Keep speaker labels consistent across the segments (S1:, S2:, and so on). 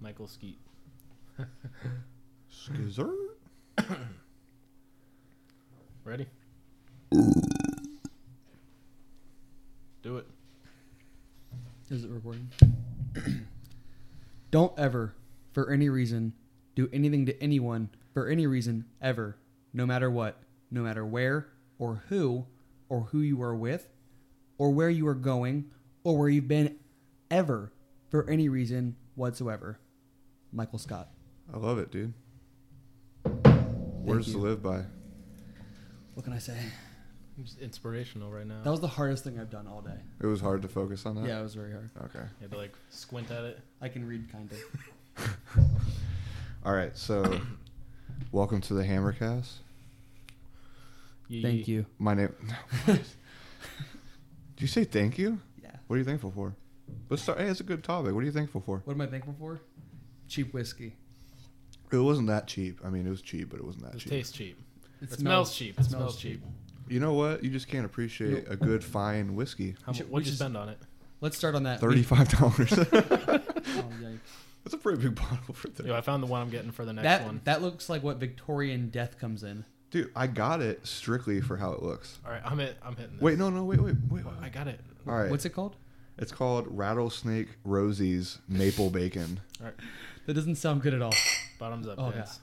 S1: Michael Skeet.
S2: Skizzer?
S1: Ready? Do it.
S3: Is it recording? Don't ever, for any reason, do anything to anyone for any reason ever, no matter what, no matter where or who or who you are with or where you are going or where you've been ever for any reason whatsoever. Michael Scott.
S2: I love it, dude. Words to
S3: you.
S2: live by.
S3: What can I say?
S1: It's inspirational right now.
S3: That was the hardest thing I've done all day.
S2: It was hard to focus on that.
S3: Yeah, it was very hard.
S2: Okay.
S1: You had to like squint at it.
S3: I can read kind of.
S2: All right. So, welcome to the Hammercast.
S1: Yee
S3: Thank
S1: yee.
S3: you.
S2: My name. Did you say thank you?
S3: Yeah.
S2: What are you thankful for? Let's start. Hey, it's a good topic. What are you thankful for?
S3: What am I thankful for? Cheap whiskey.
S2: It wasn't that cheap. I mean, it was cheap, but it wasn't that
S1: It
S2: cheap.
S1: tastes cheap. It, smells, cheap. It smells cheap.
S2: You know what? You just can't appreciate a good fine whiskey.
S1: How
S3: We
S1: much?
S3: should-
S1: What'd
S3: we
S1: you
S3: should-
S1: spend on it?
S3: Let's start on that.
S2: Thirty-five dollars.
S3: Oh, yikes.
S2: That's a pretty big bottle for
S1: Yo,
S2: thirty.
S1: I found the one I'm getting for the next
S3: that
S1: one.
S3: that looks like what Victorian death comes in.
S2: Dude, I got it strictly for how it looks.
S1: All right, I'm hit. I'm hitting. This.
S2: Wait, no, no, wait, wait, wait.
S1: I got it.
S2: All right.
S3: What's it called?
S2: It's called Rattlesnake Rosie's Maple Bacon.
S1: All right,
S3: That doesn't sound good at all.
S1: bottoms up.
S3: Oh,
S1: Oh, guys.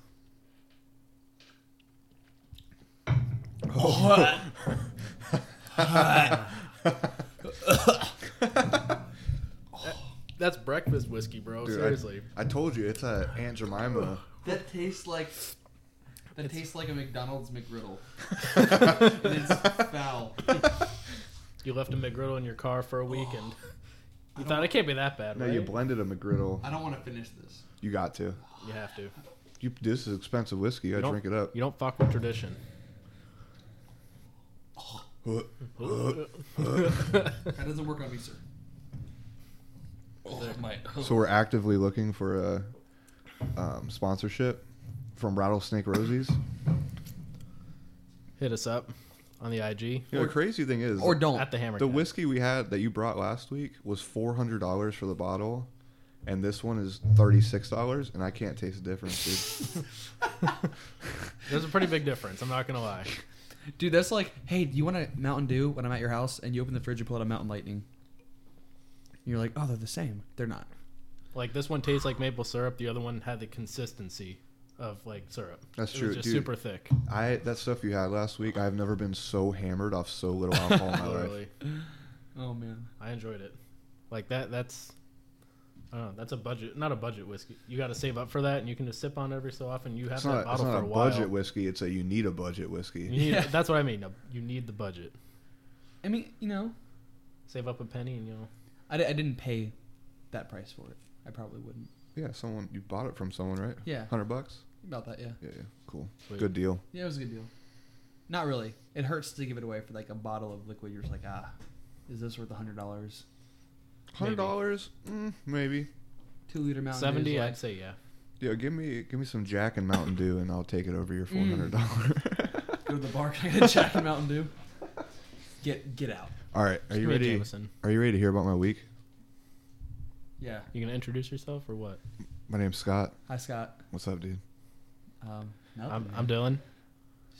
S1: That's breakfast whiskey, bro.
S2: Dude, I-
S1: Seriously.
S2: I told you it's a Aunt Jemima.
S3: That tastes like that tastes like a McDonald's McGriddle. it's foul.
S1: You left a McGriddle in your car for a week and you thought it can't be that bad,
S2: No,
S1: right?
S2: you blended a McGriddle.
S3: I don't want to finish this.
S2: You got to.
S1: You have to. You
S2: You, this is expensive whiskey. You gotta
S1: don't-
S2: drink it up.
S1: You don't fuck with tradition.
S3: That doesn't work on me, sir. Oh, my.
S2: So we're actively looking for a um, sponsorship from Rattlesnake Rosie's.
S1: Hit us up on the IG
S2: You know, the crazy thing is,
S3: Or don't.
S1: at the hammer.
S2: the whiskey we had that you brought last week was four hundred dollars for the bottle, and this one is thirty six dollars, and I can't taste the difference. Dude.
S1: There's a pretty big difference. I'm not gonna lie.
S3: Dude, that's like, hey, do you want a Mountain Dew when I'm at your house? And you open the fridge and pull out a Mountain Lightning. And you're like, oh, they're the same. They're not.
S1: Like this one tastes like maple syrup. The other one had the consistency of like syrup.
S2: That's
S1: it
S2: true,
S1: Was just
S2: dude.
S1: super thick.
S2: I that stuff you had last week. I've never been so hammered off so little alcohol in my life.
S1: Literally,
S3: Oh man.
S1: I enjoyed it. Like that. That's. I don't know. That's a budget, not a budget whiskey. You got to save up for that, and you can just sip on it every so often. You have
S2: It's
S1: that
S2: not, it's
S1: bottle
S2: not
S1: for
S2: a
S1: a while.
S2: budget whiskey. It's a you need a budget whiskey.
S1: You need,
S3: Yeah.
S1: That's what I mean. a- You need the budget.
S3: I mean, you know,
S1: Save up a penny, and you'll.
S3: I, di- I didn't pay that price for it. I probably wouldn't.
S2: Yeah, someone you bought it from someone, right?
S3: Yeah.
S2: Hundred bucks.
S3: About that, yeah.
S2: Yeah, yeah, cool.
S1: Sweet.
S2: Good deal.
S3: Yeah, it was a good deal. Not really. It hurts to give it away for like a bottle of liquid. You're just like, ah, is this worth a hundred dollars?
S2: Hundred dollars, mm, maybe.
S3: Two liter Mountain Dew.
S1: Seventy,
S3: is
S1: I'd
S3: Like,
S1: say yeah.
S2: Yeah, give me give me some Jack and Mountain Dew, and I'll take it over your four
S1: Mm.
S2: hundred dollars.
S3: go to the bar. Can I get a Jack and Mountain Dew? Get get out.
S2: All right, are
S1: Just
S2: you
S1: give me a
S2: ready?
S1: Jameson.
S2: Are you ready to hear about my week?
S3: Yeah.
S1: You gonna introduce yourself or what?
S2: My name's Scott.
S3: Hi Scott.
S2: What's up, dude?
S3: Um, nothing,
S1: I'm,
S3: man.
S1: I'm Dylan.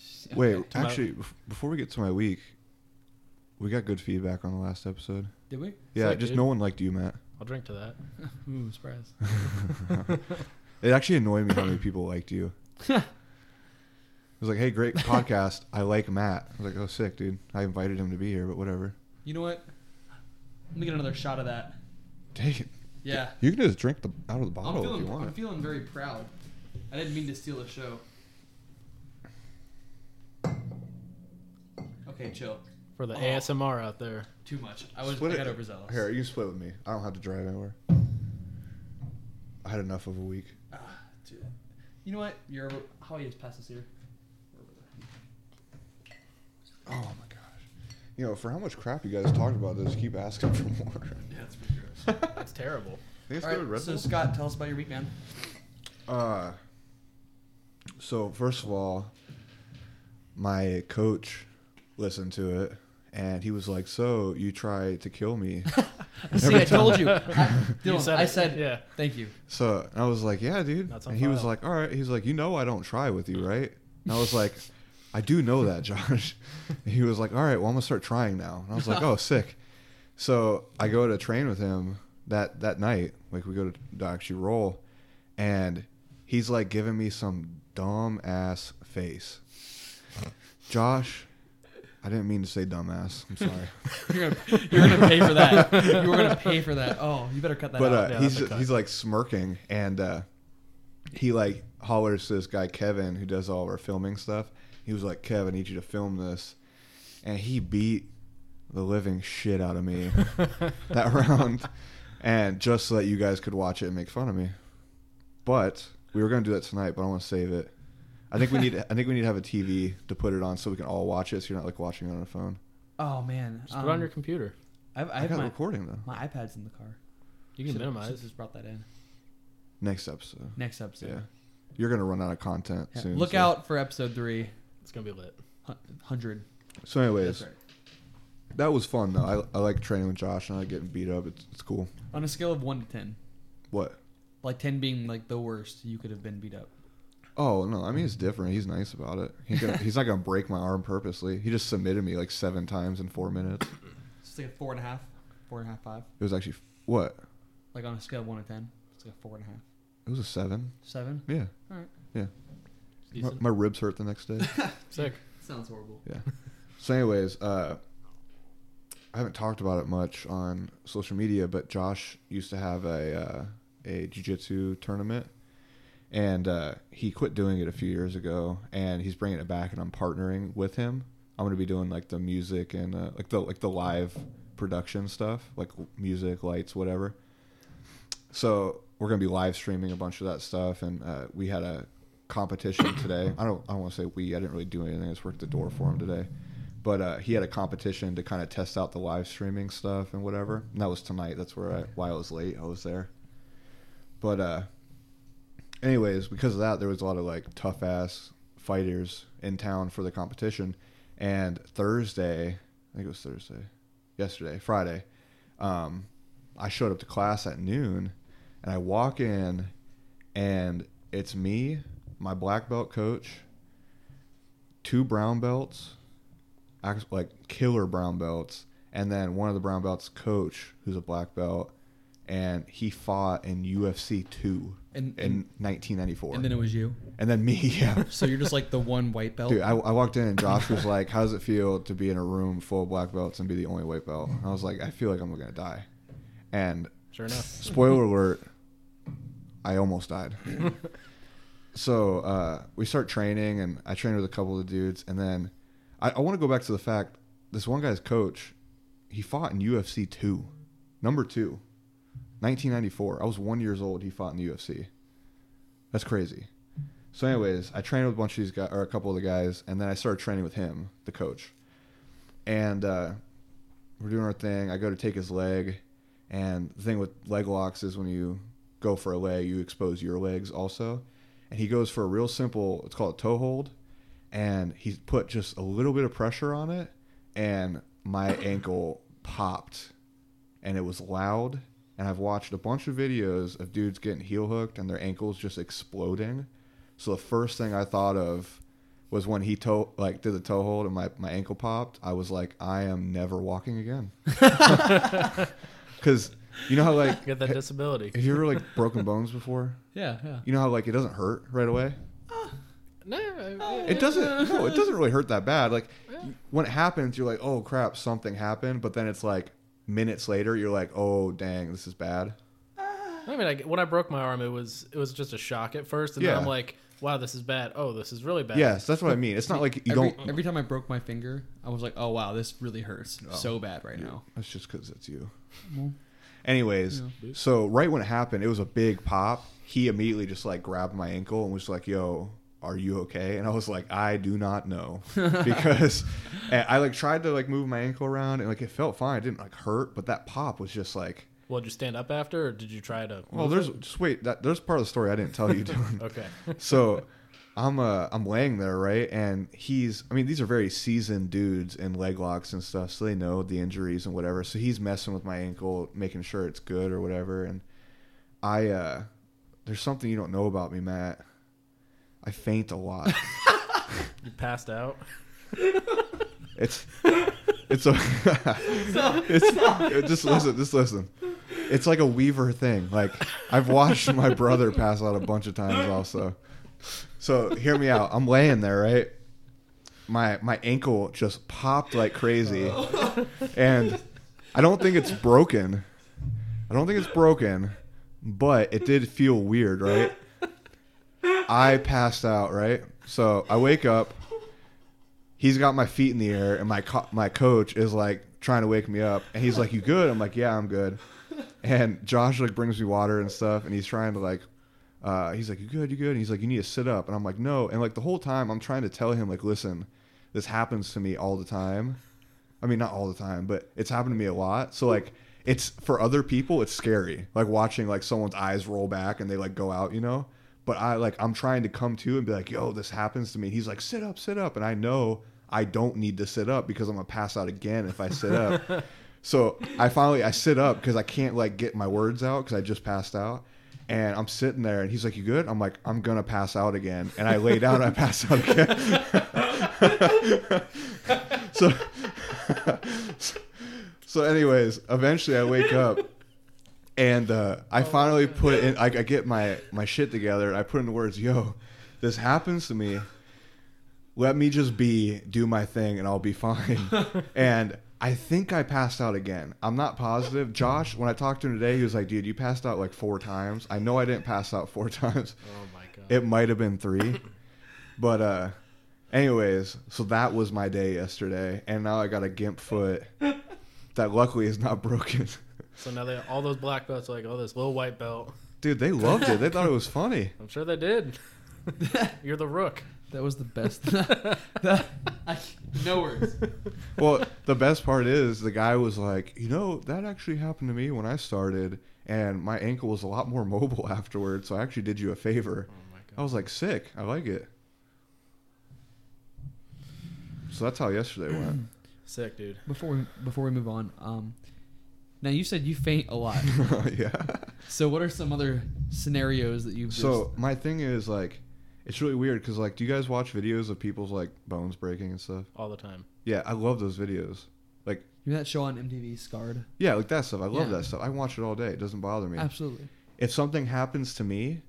S3: Shit.
S2: Wait,
S1: To my-
S2: actually, bef- before we get to my week, we got good feedback on the last episode.
S3: Did we?
S2: Yeah,
S1: Sick,
S2: just
S1: dude.
S2: no one liked you, Matt.
S1: I'll drink to that.
S3: Ooh, surprise.
S2: It actually annoyed me how many people liked you. It was like, hey, great podcast. I like Matt. I was like, oh, sick, dude. I invited him to be here, but whatever.
S3: You know what? Let me get another shot of that.
S2: Take it.
S3: Yeah.
S2: You can just drink the out of the
S3: I'm
S2: bottle if you
S3: feeling,
S2: want.
S3: I'm feeling very proud. I didn't mean to steal the show. Okay, chill.
S1: For the
S3: Oh.
S1: ASMR out there.
S3: Too much. I was
S2: Split
S3: I
S2: it-
S3: got overzealous.
S2: Here, you can split with me. I don't have to drive anywhere. I had enough of a week.
S3: Ah, dude. You know what? You're over. How are you past this here?
S2: Oh my gosh. You know, for how much crap you guys talked about this, keep asking for more.
S3: Yeah, that's pretty gross.
S1: That's terrible.
S2: I think it's
S3: All
S2: good
S3: right,
S2: Red
S3: so
S2: Bull.
S3: Scott, tell us about your week, man.
S2: Uh, so first of all, my coach listened to it. and he was like, "So you try to kill me?"
S3: See, I told you. I, Dylan,
S1: You
S3: I
S1: it.
S3: said,
S1: yeah.
S3: thank you.
S2: So and I was like, "Yeah, dude."
S1: That's on
S2: And he was
S1: file.
S2: like, "All right." He's like, "You know, I don't try with you, right?" And I was like, "I do know that, Josh." And he was like, "All right, well, I'm gonna start trying now." And I was like, "Oh, sick." So I go to train with him that that night. Like we go to, to actually roll, and he's like giving me some dumb ass face. Josh, I didn't mean to say dumb ass. I'm sorry.
S3: You're gonna, you're gonna pay for that. You're gonna pay for that. Oh, you better cut that
S2: but
S3: out.
S2: uh,
S1: Yeah,
S2: he's
S1: that's a cut.
S2: he's like smirking and uh, he like hollers to this guy Kevin who does all of our filming stuff. He was like, "Kevin, I need you to film this," and he beat the living shit out of me that round, and just so that you guys could watch it and make fun of me. But we were gonna do that tonight, but I want to save it. I think we need I think we need to have a TV to put it on so we can all watch it. So you're not like watching it on a phone.
S3: oh man,
S1: Just put it on
S3: Um,
S1: your computer.
S3: I've, I
S2: I,
S3: have
S2: got
S3: my,
S2: recording though.
S3: my iPad's in the car.
S1: You can
S3: Should've- should've
S1: minimize.
S3: Just brought that in.
S2: Next episode.
S3: Next episode.
S2: Yeah, you're gonna run out of content
S3: Yeah.
S2: soon.
S3: Look
S2: so-
S3: out for episode three
S1: It's gonna be lit.
S3: hundred.
S2: So, anyways,
S3: That's right.
S2: That was fun though. I, I like training with Josh and I like getting beat up. It's, it's cool.
S3: On a scale of one to ten,
S2: What?
S3: like ten being like the worst you could have been beat up.
S2: Oh no, I mean it's different. He's nice about it. He gonna, he's not gonna break my arm purposely. He just submitted me like seven times in four minutes.
S3: It's like a four and a half, four and a half, five.
S2: It was actually what?
S3: Like on a scale of one to ten, it's like a four and a half,
S2: It was a seven.
S3: seven.
S2: Yeah.
S3: Alright.
S2: Yeah. My,
S1: Decent.
S2: my ribs hurt the next day.
S1: Sick.
S3: Sounds horrible.
S2: so, anyways, uh, I haven't talked about it much on social media, but Josh used to have a uh, a jujitsu tournament, and uh, he quit doing it a few years ago, and he's bringing it back, and I'm partnering with him. I'm gonna be doing like the music and uh, like the like the live production stuff, like l- music, lights, whatever. So we're gonna be live streaming a bunch of that stuff, and uh, we had a competition today. I don't I don't want to say we. I didn't really do anything. I just worked the door for him today, but uh, he had a competition to kind of test out the live streaming stuff and whatever. And that was tonight. That's where I why I was late. I was there, but uh, anyways, because of that, there was a lot of like tough ass fighters in town for the competition. And Thursday, I think it was Thursday, yesterday, Friday, um, I showed up to class at noon, and I walk in, and it's me, my black belt coach, two brown belts, act- like killer brown belts, and then one of the brown belts coach, who's a black belt, and he fought in UFC two
S3: And
S2: in
S3: and,
S2: 1994.
S3: and then it was you.
S2: me, yeah.
S3: So you're just like the one white belt.
S2: Dude, I, I walked in and Josh was like, "How does it feel to be in a room full of black belts and be the only white belt?" And I was like, "I feel like I'm gonna die." And
S1: Sure enough.
S2: spoiler alert, I almost died. so uh, we start training, and I trained with a couple of dudes, and then I, I want to go back to the fact this one guy's coach, he fought in UFC two, number two, 1994. I was one years old. He fought in the UFC. That's crazy. So, anyways, I trained with a bunch of these guys, or a couple of the guys, and then I started training with him, the coach. And uh, we're doing our thing. I go to take his leg, and the thing with leg locks is when you go for a leg, you expose your legs also. And he goes for a real simple, it's called a toe hold. And he put just a little bit of pressure on it. And my ankle popped. And it was loud. And I've watched a bunch of videos of dudes getting heel hooked and their ankles just exploding. So the first thing I thought of was when he toe like did the toe hold and my, my ankle popped. I was like, I am never walking again. Because you know how like
S1: Get that disability.
S2: have you ever like broken bones before?
S3: Yeah, yeah.
S2: You know how like it doesn't hurt right away.
S1: No, I-
S2: It doesn't. No, it doesn't really hurt that bad. Like when it happens, you're like, oh crap, something happened. But then it's like minutes later, you're like, oh dang, this is bad.
S1: I mean, I, when I broke my arm, it was it was just a shock at first, and
S2: Yeah.
S1: then I'm like, wow, this is bad. Oh, this is really bad.
S2: Yes, that's what I mean. It's not like you
S3: every,
S2: don't.
S3: every time I broke my finger, I was like, "Oh wow, this really hurts
S2: Oh.
S3: so bad right now."
S2: That's just because it's you.
S3: Well,
S2: Anyways, so right when it happened, it was a big pop. He immediately just like grabbed my ankle and was like, "Yo, are you okay?" And I was like, "I do not know," because and I like tried to like move my ankle around and like it felt fine. It didn't like hurt, but that pop was just like,
S1: Well, did you stand up after, or did you try to?
S2: "Well, there's just wait." That there's part of the story I didn't tell you. Dylan.
S1: Okay.
S2: so I'm uh I'm laying there, right? And he's I mean, these are very seasoned dudes in leg locks and stuff, so they know the injuries and whatever. So he's messing with my ankle, making sure it's good or whatever. And I uh there's something you don't know about me, Matt. I faint a lot.
S1: You passed out.
S2: It's it's a it's uh, just listen, just listen. It's like a Weaver thing. Like I've watched my brother pass out a bunch of times also. So hear me out. I'm laying there, right? My my ankle just popped like crazy. And I don't think it's broken. I don't think it's broken, but it did feel weird, right? I passed out, right? So I wake up. He's got my feet in the air, and my co- my coach is like trying to wake me up, and he's like, "You good?" I'm like, "Yeah, I'm good." And Josh like brings me water and stuff, and he's trying to like, uh, he's like, "You good? You good?" And he's like, "You need to sit up," and I'm like, "No," and like the whole time I'm trying to tell him like, "Listen, this happens to me all the time." I mean, not all the time, but it's happened to me a lot. So like, it's for other people, it's scary. Like watching like someone's eyes roll back and they like go out, you know. But I like I'm trying to come to and be like, yo, this happens to me. He's like, sit up, sit up, and I know I don't need to sit up because I'm gonna pass out again if I sit up. so I finally I sit up because I can't like get my words out because I just passed out. And I'm sitting there, and he's like, "You good?" I'm like, "I'm gonna pass out again." And I lay down, and I pass out again.
S1: Oh,
S2: so, so, anyways, eventually I wake up, and uh, I finally put in. I, I get my my shit together. I put in the words, "Yo, this happens to me. Let me just be, do my thing, and I'll be fine." and I think I passed out again. I'm not positive. Josh, when I talked to him today, he was like, "Dude, you passed out like four times." I know I didn't pass out four times.
S1: Oh my god.
S2: It might have been three. but uh anyways, so that was my day yesterday, and now I got a gimp foot that luckily is not broken.
S1: So now they all those black belts are like, oh, this little white belt.
S2: Dude, they loved it. They thought it was funny.
S1: I'm sure they did. You're the rook.
S3: That was the best. that, I, no words.
S2: Well, the best part is the guy was like, you know, that actually happened to me when I started, and my ankle was a lot more mobile afterwards, so I actually did you a favor.
S1: Oh my god.
S2: I was like, sick. I like it. So that's how yesterday went.
S1: Sick, dude.
S3: Before we, before we move on, um, now you said you faint a lot.
S2: yeah.
S3: so what are some other scenarios that you've?
S2: So my thing is like, it's really weird because like, do you guys watch videos of people's like bones breaking and stuff?
S1: All the time.
S2: Yeah, I love those videos.
S3: just, you know that show on MTV, Scarred?
S2: Yeah, like that stuff. I love
S3: Yeah.
S2: that stuff. I watch it all day. It doesn't bother me.
S3: Absolutely.
S2: If something happens to me,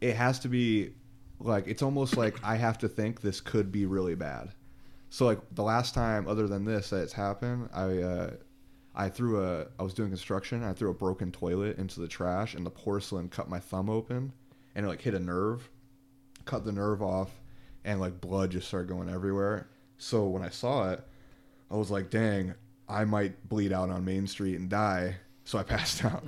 S2: it has to be like it's almost like I have to think this could be really bad. So like the last time, other than this, that it's happened, I uh, I threw a I was doing construction. I threw a broken toilet into the trash, and the porcelain cut my thumb open, and it like hit a nerve, cut the nerve off, and like blood just started going everywhere. So when I saw it, I was like, dang, I might bleed out on Main Street and die. So I passed out.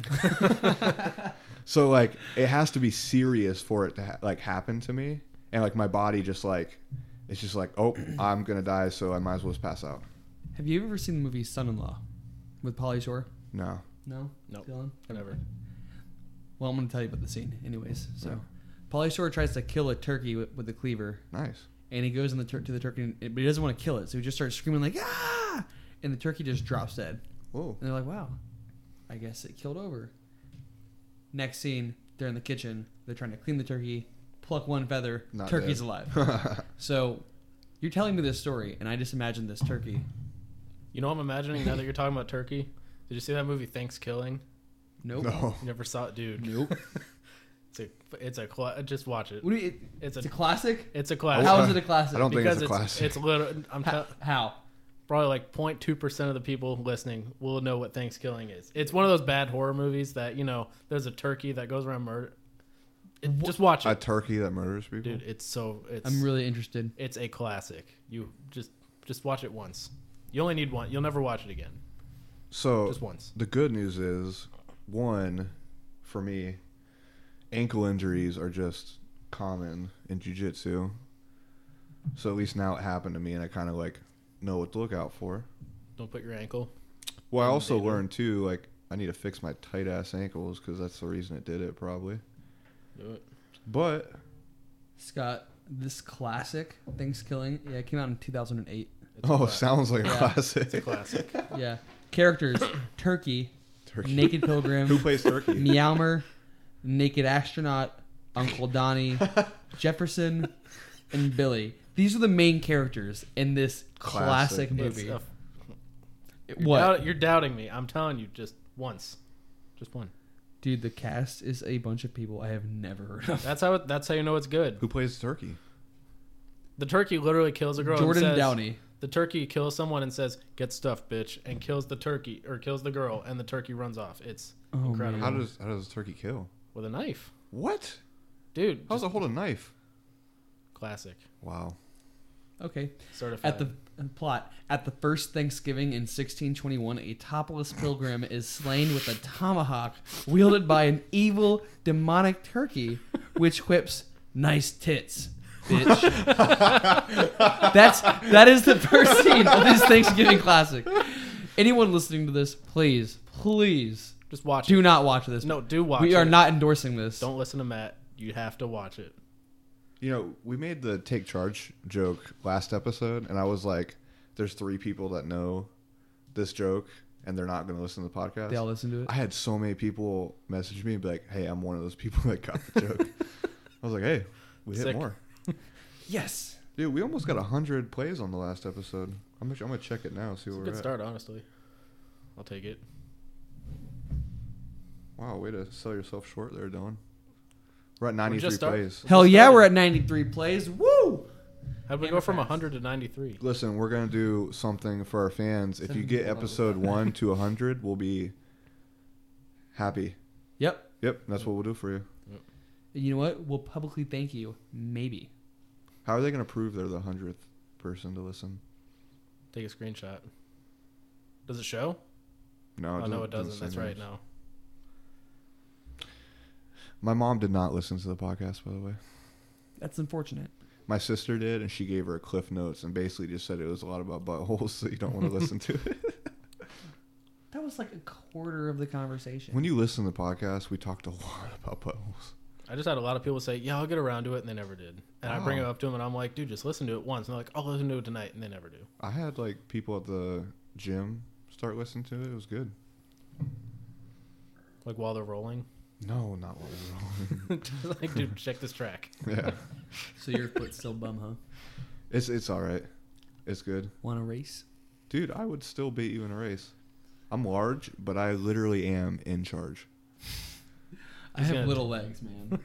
S2: so like it has to be serious for it to ha- like happen to me, and like my body just like it's just like oh I'm gonna die, so I might as well just pass out.
S3: Have you ever seen the movie Son-in-Law with Polly Shore?
S2: No.
S3: No.
S1: Nope.
S3: Dylan?
S1: Never.
S3: Well, I'm going to tell you about the scene, anyways. So, Polly Shore tries to kill a turkey with, with a cleaver,
S2: Nice.
S3: and he goes in the tur- to the turkey, and, but he doesn't want to kill it, so he just starts screaming like ah, and the turkey just drops dead.
S2: Whoa.
S3: And they're like, wow, I guess it killed over. Next scene, they're in the kitchen. They're trying to clean the turkey, pluck one feather,
S2: Not
S3: turkey's
S2: dead.
S3: alive. So, you're telling me this story, and I just imagined this turkey.
S1: You know what I'm imagining now that you're talking about turkey? Did you see that movie Thanksgiving?
S3: Nope.
S2: no.
S1: You never saw it, dude.
S3: Nope.
S1: It's a, it's a cla- just watch it.
S3: What do you, it,
S1: It's
S3: it's a
S1: a
S3: classic.
S1: it's a
S2: I
S1: classic.
S3: How
S2: wa-
S3: is it a classic?
S2: I don't think
S1: because
S2: it's a
S1: it's
S2: classic.
S1: it's literally I'm
S3: How?
S1: tell
S3: how?
S1: probably like 0.2 percent of the people listening will know what Thanksgiving is. It's one of those bad horror movies that you know there's a turkey that goes around murder. It, just watch
S2: a
S1: it,
S2: turkey that murders people.
S1: dude. It's so it's
S3: I'm really interested.
S1: it's a classic. You just just watch it once. You only need one. You'll never watch it again.
S2: so
S1: Just once.
S2: the good news is, one, for me, ankle injuries are just common in jujitsu. So at least now it happened to me, and I kind of like know what to look out for.
S1: Don't put your ankle.
S2: Well, I also
S1: Indeed.
S2: learned too, like I need to fix my tight ass ankles because that's the reason it did it probably.
S1: Do it.
S2: But
S3: Scott, this classic Thanksgiving. Yeah, it came out in 2008.
S1: It's a
S2: Oh,
S1: cla-
S2: sounds like a
S3: Yeah.
S2: classic.
S1: classic.
S3: Yeah. Characters Turkey,
S2: Turkey.
S3: Naked
S2: Who
S3: Pilgrim,
S2: plays Turkey?
S3: Meowmer, Naked Astronaut, Uncle Donnie, Jefferson, and Billy. These are the main characters in this classic,
S2: Classic.
S1: It's
S3: movie.
S1: a- you're
S3: what?
S1: doubt- you're doubting me. I'm telling you, just once, just one.
S3: Dude, the cast is a bunch of people I have never heard of.
S1: That's how. It, that's how you know it's good.
S2: Who plays Turkey?
S1: The turkey literally kills a girl.
S3: Jordan
S1: and says,
S3: Downey.
S1: The turkey kills someone and says, "Get stuffed, bitch," and kills the turkey or kills the girl, and the turkey runs off. It's
S3: Oh,
S1: incredible
S2: How does how does turkey kill?
S1: with a knife,
S2: What?
S1: dude.
S2: How does
S1: just
S2: it hold a knife?
S1: classic.
S2: Wow.
S3: Okay.
S1: Certified.
S3: At the plot, at the first Thanksgiving in 1621, a topless pilgrim is slain with a tomahawk wielded by an evil demonic turkey, which whips nice tits. Bitch. That's that is the first scene of this Thanksgiving classic. Anyone listening to this, please, please
S1: just watch.
S3: do
S1: it.
S3: not watch this.
S1: no, do watch.
S3: we are
S1: it.
S3: not endorsing this.
S1: Don't listen to Matt. You have to watch it.
S2: You know, we made the take charge joke last episode, and I was like, "There's three people that know this joke, and they're not going to listen to the podcast."
S3: They all listen to it.
S2: I had so many people message me and be like, "Hey, I'm one of those people that got the joke." I was like, "Hey, we hit
S1: Sick.
S2: more,
S3: Yes.
S2: dude. We almost got hundred plays on the last episode. I'm gonna, I'm gonna check it now, see
S1: It's a
S2: where
S1: good
S2: we're at.
S1: start, honestly. I'll take it.
S2: Wow, way to sell yourself short there, Dylan. We're at
S1: We
S2: 93
S1: just started.
S2: plays.
S3: Hell yeah,
S1: started.
S3: we're at 93 plays. Woo!
S1: How would we
S3: Hammer
S1: go from
S3: fast.
S1: 100 to 93?
S2: Listen, we're gonna do something for our fans. If you
S3: Send
S2: get
S3: people up.
S2: episode one to hundred, we'll be happy.
S3: Yep.
S2: Yep, that's what we'll do for you.
S3: And you know what? We'll publicly thank you. Maybe.
S2: How are they gonna prove they're the hundredth person to listen?
S1: Take a screenshot. Does it show?
S2: No,
S1: oh, no, it
S2: doesn't
S1: doesn't.
S2: say
S1: That's right.
S2: names.
S1: No.
S2: My mom did not listen to the podcast, by the way.
S3: That's unfortunate.
S2: My sister did, and she gave her cliff notes and basically just said it was a lot about buttholes that you don't want to listen to. it.
S3: That was like a quarter of the conversation.
S2: When you listen to the podcast, we talked a lot about buttholes.
S1: I just had a lot of people say, "Yeah, I'll get around to it," and they never did. And I bring it
S2: Wow.
S1: up to them, and I'm like, "Dude, just listen to it once." And they're like, "I'll listen to it tonight," and they never do.
S2: I had like people at the gym start listening to it. It was good.
S1: Like while they're rolling,
S2: No, not while we were
S1: Just like, "Dude, check this track."
S2: rolling. yeah,
S3: so your foot's still bum, huh?
S2: it's it's all right. It's good,
S3: Want to race?
S2: dude. I would still beat you in a race. I'm large, but I literally am in charge.
S3: I
S1: He's
S3: have
S1: gonna-
S3: little legs, man.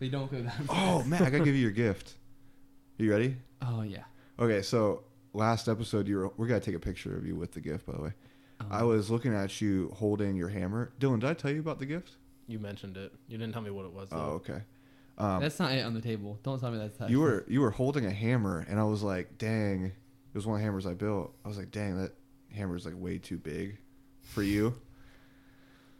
S3: they don't go that far.
S2: Oh man, I gotta give you your gift. You ready?
S3: Oh, yeah.
S2: Okay, so last episode you were we're gonna take a picture of you with the gift, by the way.
S3: Um,
S2: I was looking at you holding your hammer. Dylan, did I tell you about the gift?
S1: You mentioned it. You didn't tell me what it was.
S2: Oh,
S1: Though.
S2: okay. Um,
S3: that's not it on the table. Don't tell me that's that.
S2: you were you were holding a hammer, and I was like, dang, it was one of the hammers I built. I was like, dang, that hammer's like way too big for you.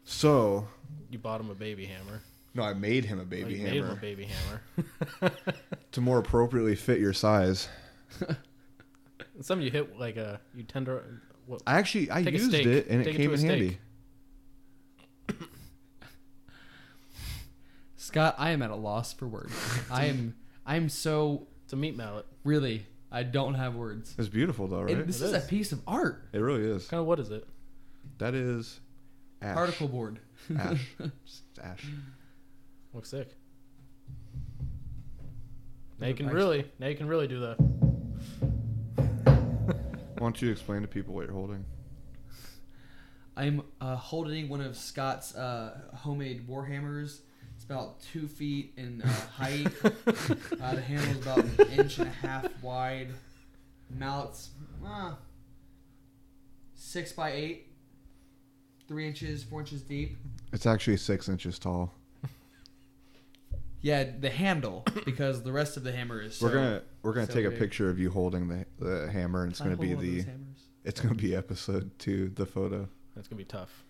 S2: So
S1: You bought him a baby hammer.
S2: no, I made him
S1: Oh,
S2: a Oh. baby
S1: you Made him a
S2: hammer
S1: baby hammer.
S2: to more appropriately fit your size.
S1: And some you hit like a you tender. What?
S2: I actually I
S1: Take a
S2: used
S1: steak.
S2: it, and
S1: Take
S2: it
S1: it
S2: came
S1: to a
S2: in handy.
S1: steak.
S3: Scott, I am at a loss for words. I am. I am so
S1: It's a meat mallet.
S3: really. I don't have words.
S2: It's beautiful though, right?
S3: It-
S2: It,
S3: this
S1: It
S3: is,
S1: is.
S3: a piece of art.
S2: really is.
S1: Kind of what is it?
S2: That is ash.
S3: Particle board.
S2: ash. Just ash.
S1: Looks sick. Now you
S3: Look
S1: can
S3: nice.
S1: really, now you can really do the.
S2: Why don't you explain to people what you're holding?
S3: I'm uh, holding one of Scott's uh, homemade warhammers. It's about two feet in uh, height. uh, the handle's about an inch and a half wide. Mallet's uh, six by eight, three inches, four inches deep.
S2: It's actually six inches tall.
S3: Yeah, the handle because the rest of the hammer is.
S2: we're
S3: so-
S2: gonna we're gonna
S3: so
S2: take a
S3: big.
S2: picture of you holding the the hammer, and it's
S3: I
S2: gonna
S3: hold
S2: be
S3: one of those
S2: the
S3: hammers.
S2: it's gonna be episode two, the photo.
S1: That's gonna be tough.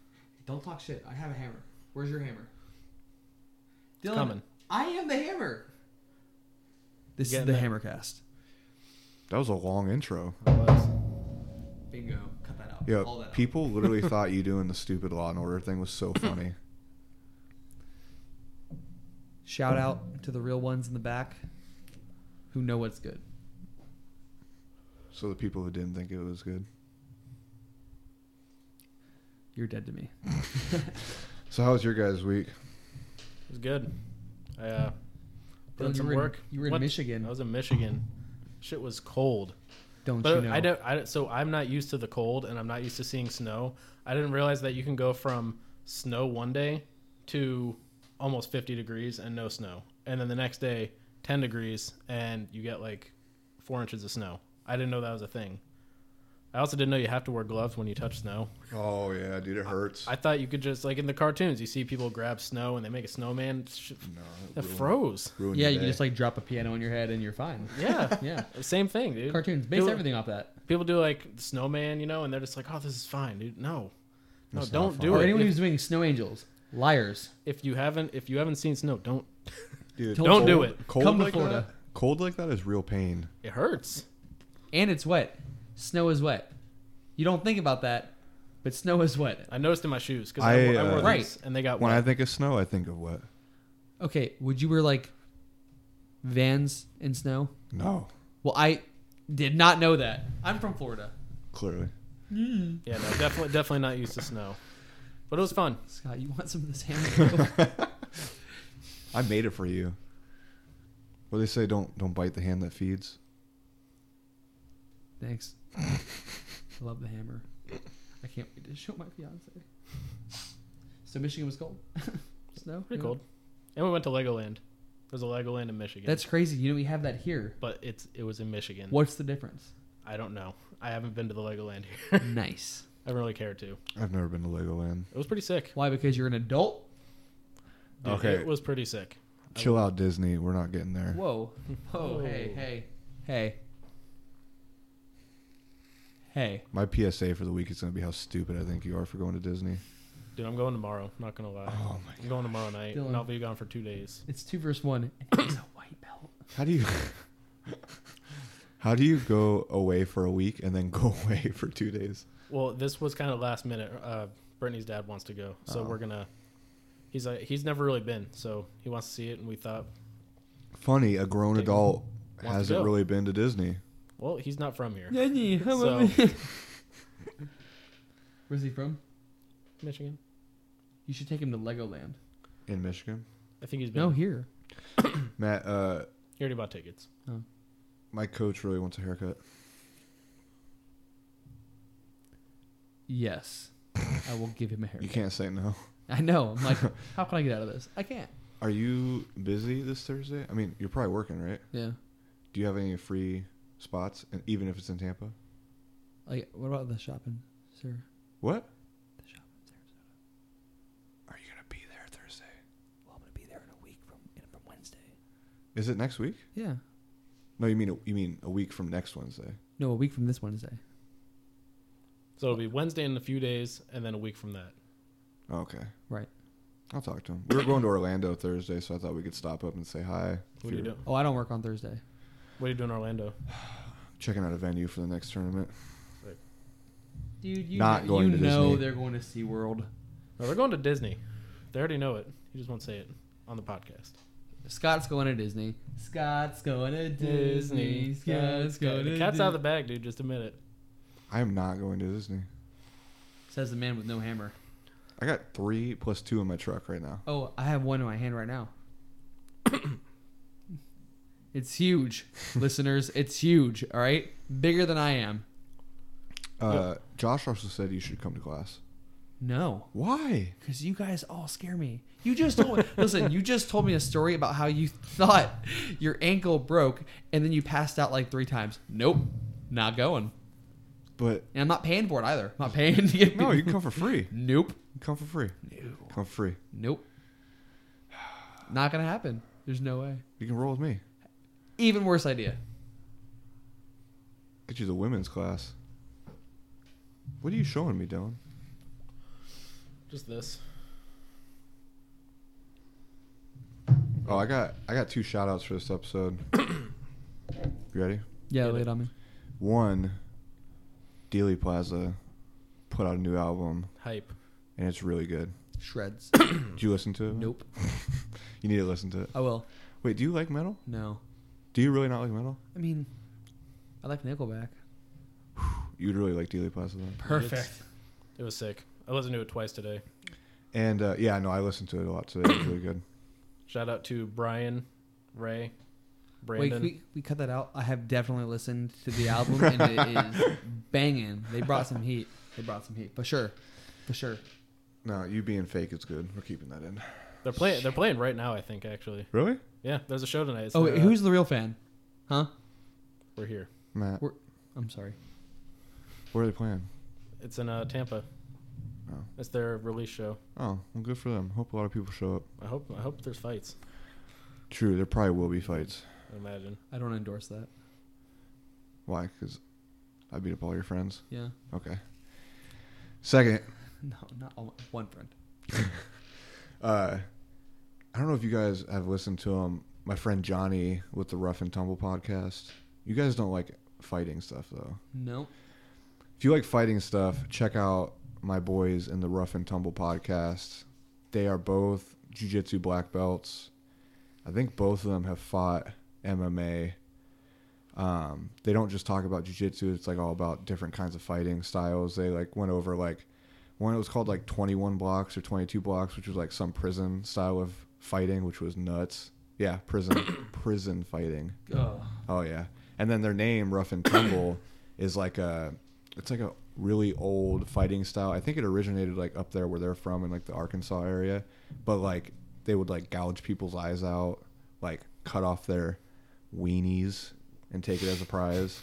S3: Don't talk shit. I have a hammer. Where's your hammer?
S1: It's coming.
S3: I am the hammer. This
S1: Getting
S3: is the
S1: there.
S3: hammer cast.
S2: That was a long intro.
S1: It was.
S3: Bingo. Cut that out.
S2: Yeah,
S3: All that out.
S2: people literally thought you doing the stupid Law and Order thing was so funny.
S3: Shout out to the real ones in the back. who know what's good.
S2: So the people who didn't think it was good.
S3: You're dead to me.
S2: So how was your guys' week?
S1: It was good. I uh, put in
S3: Dylan, you
S1: some
S3: were in-
S1: work.
S3: you were in
S1: What-
S3: Michigan.
S1: I was in Michigan. Shit was cold.
S3: Don't
S1: But
S3: you know?
S1: I don't. I don't- so I'm not used to the cold, and I'm not used to seeing snow. I didn't realize that you can go from snow one day to almost 50 degrees and no snow, and then the next day 10 degrees and you get like four inches of snow. I didn't know that was a thing. I also didn't know you have to wear gloves when you touch snow.
S2: Oh yeah, dude, it hurts.
S1: I thought you could just like in the cartoons, you see people grab snow and they make a snowman. Sh-
S2: no,
S1: It froze.
S2: ruined
S3: yeah,
S2: your
S3: you
S2: day.
S3: just like drop a piano on your head and you're fine.
S1: Yeah,
S3: Yeah.
S1: same thing, dude.
S3: Cartoons base
S1: People-
S3: everything off that.
S1: People do like snowman, you know, and they're just like, "Oh, this is fine, dude." No, no,
S2: That's not
S1: don't do
S2: fine.
S3: Or
S1: it.
S3: anyone
S1: If-
S3: who's doing snow angels, liars.
S1: if you haven't if you haven't seen snow don't
S2: Dude,
S3: Don't
S1: do it.
S2: Cold
S3: Come to
S2: like
S3: Florida.
S2: that. Cold like that is real pain.
S1: it hurts
S3: And it's wet. Snow is wet. You don't think about that, but snow is wet.
S1: i noticed in my shoes because
S2: I,
S1: I, I, wore
S2: uh,
S1: these
S3: Right.
S1: and they got
S2: When I
S1: wet.
S2: think of snow, I think of what?
S3: Okay, would you wear like vans in snow?
S2: No,
S3: Well, I did not know that. I'm from Florida.
S2: clearly.
S1: yeah no definitely definitely not used to snow but it was fun
S3: Scott, you want some of this ham?
S2: I made it for you. Well, they say don't don't bite the hand that feeds.
S3: Thanks. I love the hammer. I can't wait to show my fiance. So Michigan was cold. Snow.
S1: pretty
S3: No.
S1: cold and we went to legoland there's a legoland in michigan
S3: That's crazy. You know we have that here.
S1: but it's it was in michigan
S3: What's the difference?
S1: i don't know i haven't been to the legoland here
S3: nice.
S1: i don't really care to
S2: I've never been to Legoland.
S1: it was pretty sick
S3: Why? Because you're an adult.
S1: Dude,
S2: Okay.
S1: it was pretty sick
S2: Chill out, Disney. We're not getting there.
S3: Whoa. Oh,
S1: Whoa.
S3: hey, hey, hey, hey.
S2: My PSA for the week is going to be how stupid I think you are for going to Disney.
S1: dude i'm going tomorrow not gonna lie
S2: Oh my!
S1: i'm going tomorrow night
S3: Dylan.
S1: and i'll be gone for two days
S3: It's two versus one, and he's a white belt.
S2: How do you? how do you go away for a week and then go away for two days?
S1: Well, this was kind of last minute. Uh, Brittany's dad wants to go, so
S2: Oh.
S1: we're gonna. He's like he's never really been, so he wants to see it, and we thought,
S2: Funny, a grown
S1: Dude,
S2: adult
S1: to
S2: hasn't
S1: go.
S2: really been to Disney.
S1: well, he's not from here,
S3: so. Where's he from?
S1: Michigan.
S3: You should take him to Legoland.
S2: In Michigan,
S1: I think he's been.
S3: No, here.
S2: Matt, uh,
S1: He already bought tickets.
S2: my coach really wants a haircut.
S3: Yes, I will give him a
S2: You
S3: haircut.
S2: can't say no.
S3: I know. I'm like, how can I get out of this? I can't.
S2: Are you busy this Thursday? I mean, you're probably working, right?
S3: Yeah.
S2: Do you have any free spots, and even if it's in Tampa?
S3: Like, what about the shopping, sir?
S2: What?
S3: The shopping, Sarasota.
S2: Are you gonna be there Thursday?
S3: Well, I'm gonna be there in a week from from Wednesday.
S2: Is it next week?
S3: Yeah.
S2: No, you mean you mean a week from next Wednesday.
S3: No, a week from this Wednesday.
S1: So it'll be Wednesday in a few days, and then a week from that.
S2: Oh, okay.
S3: Right.
S2: I'll talk to him. We were going to Orlando Thursday, so I thought we could stop up and say hi. if
S1: What are you
S2: you're
S1: doing?
S3: Oh, I don't work on Thursday.
S1: What are you doing in Orlando?
S2: Checking out a venue for the next tournament.
S3: Dude, you
S2: Not
S3: know,
S2: going
S3: you
S2: to
S3: know
S2: Disney.
S3: they're going to SeaWorld.
S1: No, they're going to Disney. They already know it. You just won't say it on the podcast.
S3: Scott's going to Disney. Scott's going to Disney. Scott's going to
S1: The
S3: Disney.
S1: cat's out of the bag, dude. Just admit it.
S2: I am not going to Disney.
S3: Says the man with no hammer.
S2: I got three plus two in my truck right now.
S3: Oh, I have one in my hand right now. it's huge, listeners. It's huge, all right? Bigger than I am.
S2: Uh, Josh also said you should come to class.
S3: No.
S2: Why?
S3: Because you guys all scare me. You just told listen. You just told me a story about how you thought your ankle broke and then you passed out like three times. Nope, not going.
S2: But
S3: And I'm not paying for it either. I'm not paying to get.
S2: no, you can come for free.
S3: Nope.
S2: Come for free. Come for free.
S3: Nope. Not gonna happen. There's no way.
S2: You can roll with me.
S3: Even worse idea.
S2: Get you the women's class. What are you showing me, Dylan?
S1: Just this.
S2: Oh, I got I got two shout outs for this episode. you ready?
S3: Yeah,
S1: Get
S3: lay
S1: it.
S3: it on me.
S2: One, Dealey Plaza put out a new album
S1: Hype.
S2: and it's really good.
S3: Shreds.
S2: Hmm. Did you listen to it?
S3: nope.
S2: You need to listen to it.
S3: I will.
S2: Wait, do you like metal?
S3: No.
S2: Do you really not like metal?
S3: I mean, I like Nickelback.
S2: You'd really like Dealey Plaza then.
S1: Perfect. It was sick. I listened to it twice today.
S2: And uh, yeah, no, I listened to it a lot today. It was really good.
S1: Shout out to Brian, Ray,
S3: Wait,
S1: Brandon.
S3: can we, we cut that out. I have definitely listened to the album and it is banging. They brought some heat. They brought some heat for sure, for sure.
S2: No, you being fake is good. We're keeping that in.
S1: They're playing. They're playing right now. I think actually.
S2: Really?
S1: Yeah, there's a show tonight. It's
S3: Oh,
S1: their,
S3: wait,
S1: uh,
S3: who's the real fan? Huh?
S1: We're here.
S2: Matt,
S3: We're- I'm sorry.
S2: where are they playing?
S1: It's in uh, Tampa.
S2: Oh.
S1: It's their release show.
S2: Oh, well, good for them. Hope a lot of people show up.
S1: I hope. I hope there's fights.
S2: True, there probably will be fights.
S1: I imagine.
S3: I don't endorse that.
S2: Why? Because I beat up all your friends.
S3: Yeah.
S2: Okay. Second,
S3: No, not all, one friend.
S2: uh, I don't know if you guys have listened to him. My friend Johnny with the Rough and Tumble podcast. You guys don't like fighting stuff though.
S3: No.
S2: If you like fighting stuff, check out my boys in the Rough and Tumble podcast. They are both jiu-jitsu black belts. I think both of them have fought MMA. Um, they don't just talk about jiu-jitsu. It's like all about different kinds of fighting styles. They like went over like one it was called like 21 blocks or 22 blocks, which was like some prison style of fighting, which was nuts. Yeah, prison prison fighting.
S3: Oh.
S2: Oh yeah, and then their name Rough and Tumble is like a, it's like a really old fighting style. I think it originated like up there where they're from in like the Arkansas area, but like they would like gouge people's eyes out, like cut off their weenies and take it as a prize.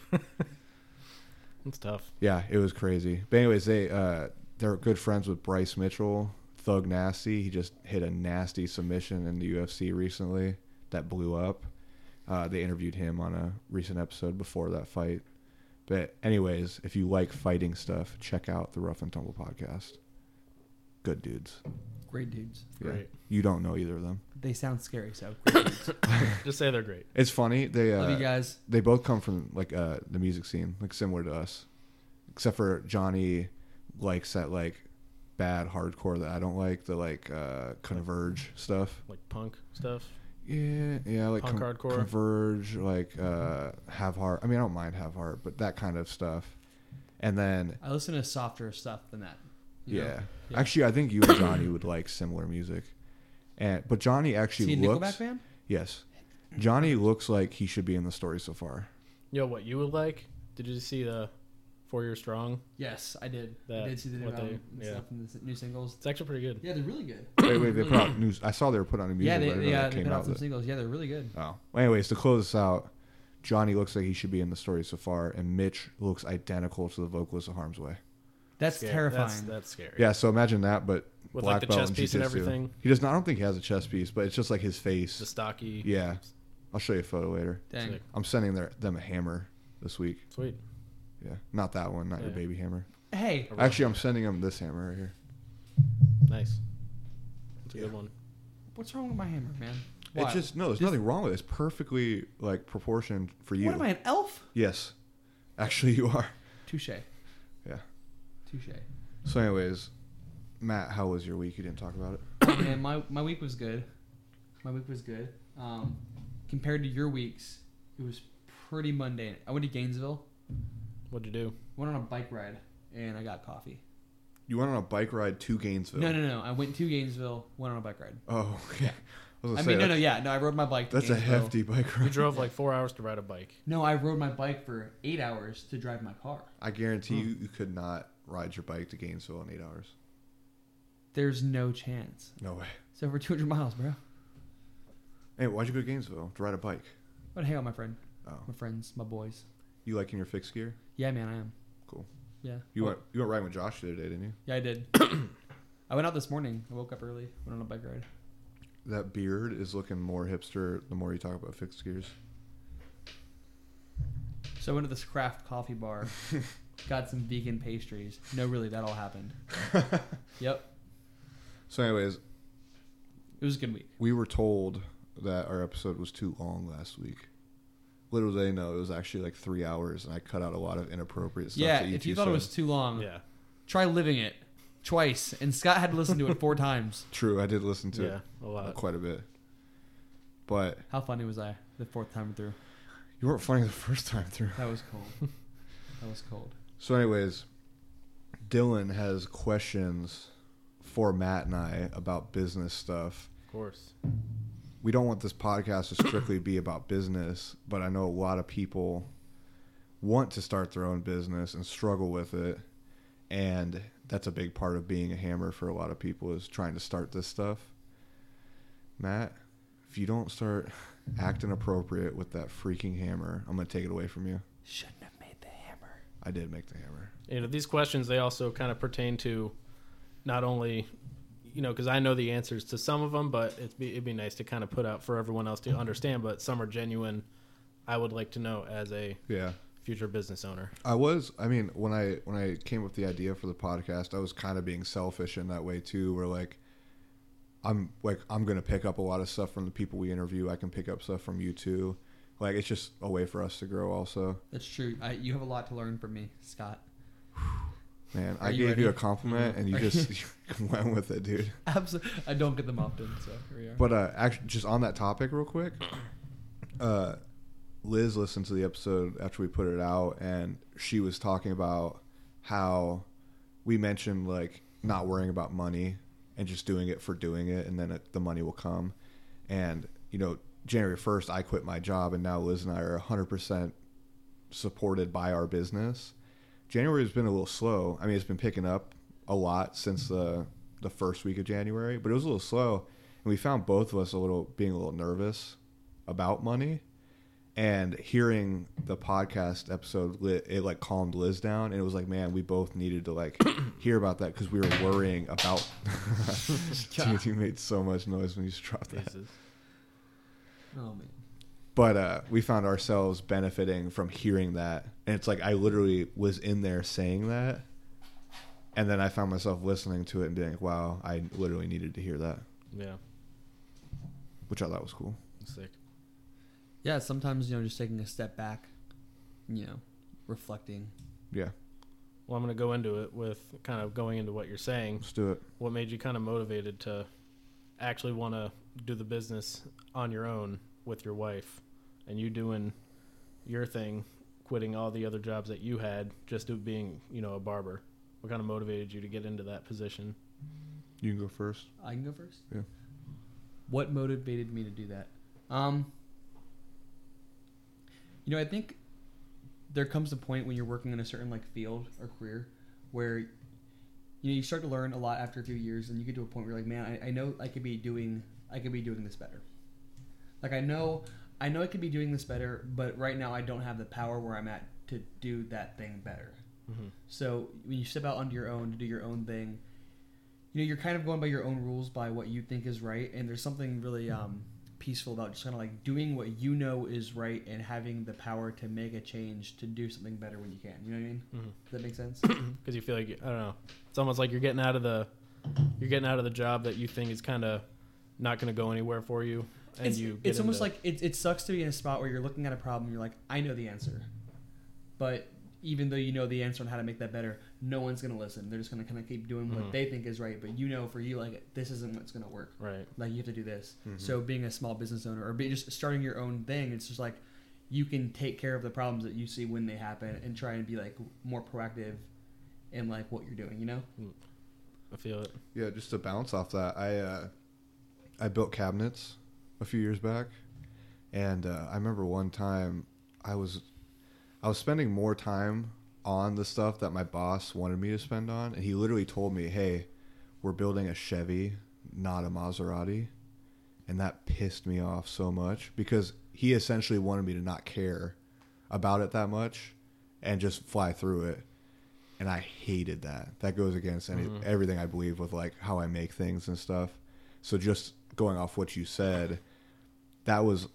S1: It's tough.
S2: yeah, it was crazy. But anyways, they uh, they're good friends with Bryce Mitchell, Thug Nasty. He just hit a nasty submission in the UFC recently that blew up. Uh, they interviewed him on a recent episode before that fight. But anyways, if you like fighting stuff, check out the Rough and Tumble podcast. Good dudes.
S3: Great dudes.
S2: Yeah.
S1: Great.
S2: You don't know either of them.
S3: They sound scary, so great dudes.
S1: Just say they're great.
S2: It's funny. They uh,
S3: love you guys.
S2: they both come from like uh the music scene, like similar to us, except for Johnny likes that like bad hardcore that I don't like, the like uh converge stuff.
S1: Like punk stuff.
S2: Yeah, yeah, like
S1: Punk hardcore.
S2: converge, like uh have heart. I mean, I don't mind have heart, but that kind of stuff. And then
S3: I listen to softer stuff than that. you
S2: yeah.
S3: know? Yeah.
S2: actually, I think you and Johnny would like similar music. And but Johnny
S3: Is
S2: actually
S3: he a Nickelback
S2: looks
S3: fan?
S2: yes, Johnny looks like he should be in the story so far.
S1: Yo, what you would like? Did you see the Four Year Strong?
S3: Yes, I did.
S1: That-
S3: I did see the new
S1: what they-
S3: album and
S1: yeah.
S3: stuff and the s- new singles.
S1: It's actually pretty good.
S3: Yeah, they're really good.
S2: Wait, wait, they put out news. I saw they were put on a music.
S3: yeah,
S2: but I didn't
S3: they,
S2: know
S3: yeah,
S2: that
S3: they put
S2: came
S3: out
S2: out.
S3: some
S2: that-
S3: singles. Yeah, they're really good.
S2: oh, Well, anyways, to close this out, Johnny looks like he should be in the story so far, and Mitch looks identical to the vocalist of Harm's Way.
S3: That's
S1: Scary. That's,
S3: terrifying.
S1: that's scary.
S2: Yeah, so imagine that, but
S1: With,
S2: black
S1: like, the
S2: belt
S1: chest
S2: in
S1: piece and
S2: jiu-jitsu.
S1: everything.
S2: He does. Not, I don't think he has a chest piece, but it's just like his face.
S1: The stocky.
S2: yeah, I'll show you a photo later.
S3: Dang.
S1: Sick.
S2: I'm sending their, them a hammer this week.
S1: Sweet.
S2: Yeah, not that one, not your
S1: Yeah.
S2: baby hammer.
S3: Hey,
S2: Actually, I'm sending them this hammer right here.
S1: Nice. It's a
S2: Yeah.
S1: good one.
S3: what's wrong with my hammer, man?
S2: It's
S3: Why?
S2: just no, there's
S3: Just-
S2: nothing wrong with it. It's perfectly like proportioned for you.
S3: what am I an elf?
S2: Yes, actually, you are.
S3: Touche.
S2: Yeah.
S3: Touche.
S2: So, anyways, Matt, how was your week? You didn't talk about it.
S3: man, my my week was good. My week was good. Um, compared to your weeks, it was pretty mundane. I went to Gainesville,
S1: What'd you do?
S3: went on a bike ride, and I got coffee.
S2: You went on a bike ride to Gainesville.
S3: No, no, no. I went to Gainesville, went on a bike ride.
S2: Oh, yeah. I, was gonna
S3: I
S2: say,
S3: mean, no, no,
S2: that's-
S3: yeah, no. I rode my bike. To
S2: That's a
S3: Gainesville.
S2: hefty bike
S1: You
S2: ride.
S1: drove like four hours to ride a bike.
S3: No, I rode my bike for eight hours to drive my car.
S2: I guarantee you, you could not ride your bike to Gainesville in eight hours.
S3: There's no chance.
S2: No way.
S3: It's over 200 miles, bro.
S2: Hey, why'd you go to Gainesville to ride a bike?
S3: But hang out, with my friend,
S2: Oh,
S3: my friends, my boys.
S2: you like in your fixed gear?
S3: Yeah, man, I am.
S2: Cool.
S3: Yeah.
S2: You
S3: Oh,
S2: went you went riding with Josh the other day, didn't you?
S3: Yeah, I did. I went out this morning. I woke up early. Went on a bike ride.
S2: That beard is looking more hipster the more you talk about fixed gears.
S3: So I went to this craft coffee bar, got some vegan pastries. No, really, that all happened. Yep.
S2: So, anyways,
S3: It was a good week.
S2: We were told that our episode was too long last week. Little did they know it was actually like three hours, and I cut out a lot of inappropriate stuff.
S3: yeah,
S2: that
S3: if
S2: two
S3: you thought
S2: said.
S3: it was too long,
S1: Yeah.
S3: try living it twice. And Scott had to listen to it four times.
S2: true, I did listen to
S1: Yeah. A
S2: it
S1: lot.
S2: quite a bit, but
S3: How funny was I the fourth time through?
S2: You weren't funny the first time through.
S3: That was cold. that was cold.
S2: So, anyways, Dylan has questions for Matt and I about business stuff.
S1: Of course.
S2: We don't want this podcast to strictly be about business, but I know a lot of people want to start their own business and struggle with it. And that's a big part of being a hammer for a lot of people is trying to start this stuff. Matt, if you don't start acting appropriate with that freaking hammer, I'm going to take it away from you.
S3: Shouldn't have made the hammer.
S2: I did make the hammer.
S1: You know, these questions they also kind of pertain to not only you know because I know the answers to some of them, but it'd be it'd be nice to kind of put out for everyone else to understand. But some are genuine. I would like to know as a
S2: Yeah.
S1: future business owner.
S2: I was. I mean, when I when I came up with the idea for the podcast, I was kind of being selfish in that way too. Where like, I'm like I'm gonna pick up a lot of stuff from the people we interview. I can pick up stuff from you too. Like it's just a way for us to grow. Also,
S3: That's true. I, you have a lot to learn from me, Scott.
S2: man,
S3: Are
S2: I
S3: you
S2: gave
S3: ready? Mm-hmm.
S2: you a compliment and you
S3: Are
S2: just went with it, dude.
S3: Absolutely. I don't get them often, so here we are.
S2: But uh, actually, just on that topic, real quick, uh, Liz listened to the episode after we put it out, and she was talking about how we mentioned like not worrying about money and just doing it for doing it, and then it, the money will come. And you know, January first, I quit my job, and now Liz and I are hundred percent supported by our business. January has been a little slow. I mean, it's been picking up a lot since the the first week of January, but it was a little slow, and we found both of us a little being a little nervous about money. And hearing the podcast episode, li- it like calmed Liz down, and it was like, man, we both needed to like hear about that because we were worrying about. Dude, you made so much noise when you dropped that.
S1: Pieces.
S3: oh man.
S2: but uh, we found ourselves benefiting from hearing that and it's like i literally was in there saying that and then i found myself listening to it and being like wow i literally needed to hear that
S1: Yeah,
S2: which i thought was cool
S1: sick.
S3: Yeah, sometimes you know, just taking a step back, you know, reflecting.
S2: yeah
S1: Well, I'm going to go into it with kind of going into what you're saying.
S2: let's do it
S1: What made you kind of motivated to actually want to do the business on your own with your wife and you doing your thing, quitting all the other jobs that you had just to being, you know, a barber? What kind of motivated you to get into that position?
S2: you can go first
S3: I can go first.
S2: Yeah.
S3: What motivated me to do that? Um. You know, I think there comes a point when you're working in a certain like field or career where you know you start to learn a lot after a few years, and you get to a point where you're like, man, I, I know I could be doing I could be doing this better. Like I know I know I could be doing this better, but right now I don't have the power where I'm at to do that thing better.
S1: Mhm.
S3: So when you step out onto your own to do your own thing, you know you're kind of going by your own rules, by what you think is right, and there's something really
S1: Mm-hmm.
S3: um, peaceful about just kind of like doing what you know is right and having the power to make a change to do something better when you can. You know what I mean?
S1: Mhm.
S3: Does that make sense?
S1: because you feel like I don't know. It's almost like you're getting out of the you're getting out of the job that you think is kind of not going to go anywhere for you, and
S3: it's,
S1: you. Get
S3: it's almost
S1: into-
S3: like it, it sucks to be in a spot where you're looking at a problem and you're like i know the answer but even though you know the answer on how to make that better no one's going to listen they're just going to kind of keep doing what
S1: Mhm.
S3: they think is right but you know for you like this isn't what's going to work
S1: right.
S3: like you have to do this
S2: Mm-hmm.
S3: so being a small business owner or be, just starting your own thing it's just like you can take care of the problems that you see when they happen and try and be like more proactive in like what you're doing you know
S1: I feel it.
S2: yeah just to bounce off that i uh i built cabinets a few years back and uh, i remember one time i was i was spending more time on the stuff that my boss wanted me to spend on and he literally told me hey we're building a chevy not a maserati and that pissed me off so much because he essentially wanted me to not care about it that much and just fly through it and i hated that that goes against any, everything i believe with like how i make things and stuff so just going off what you said that was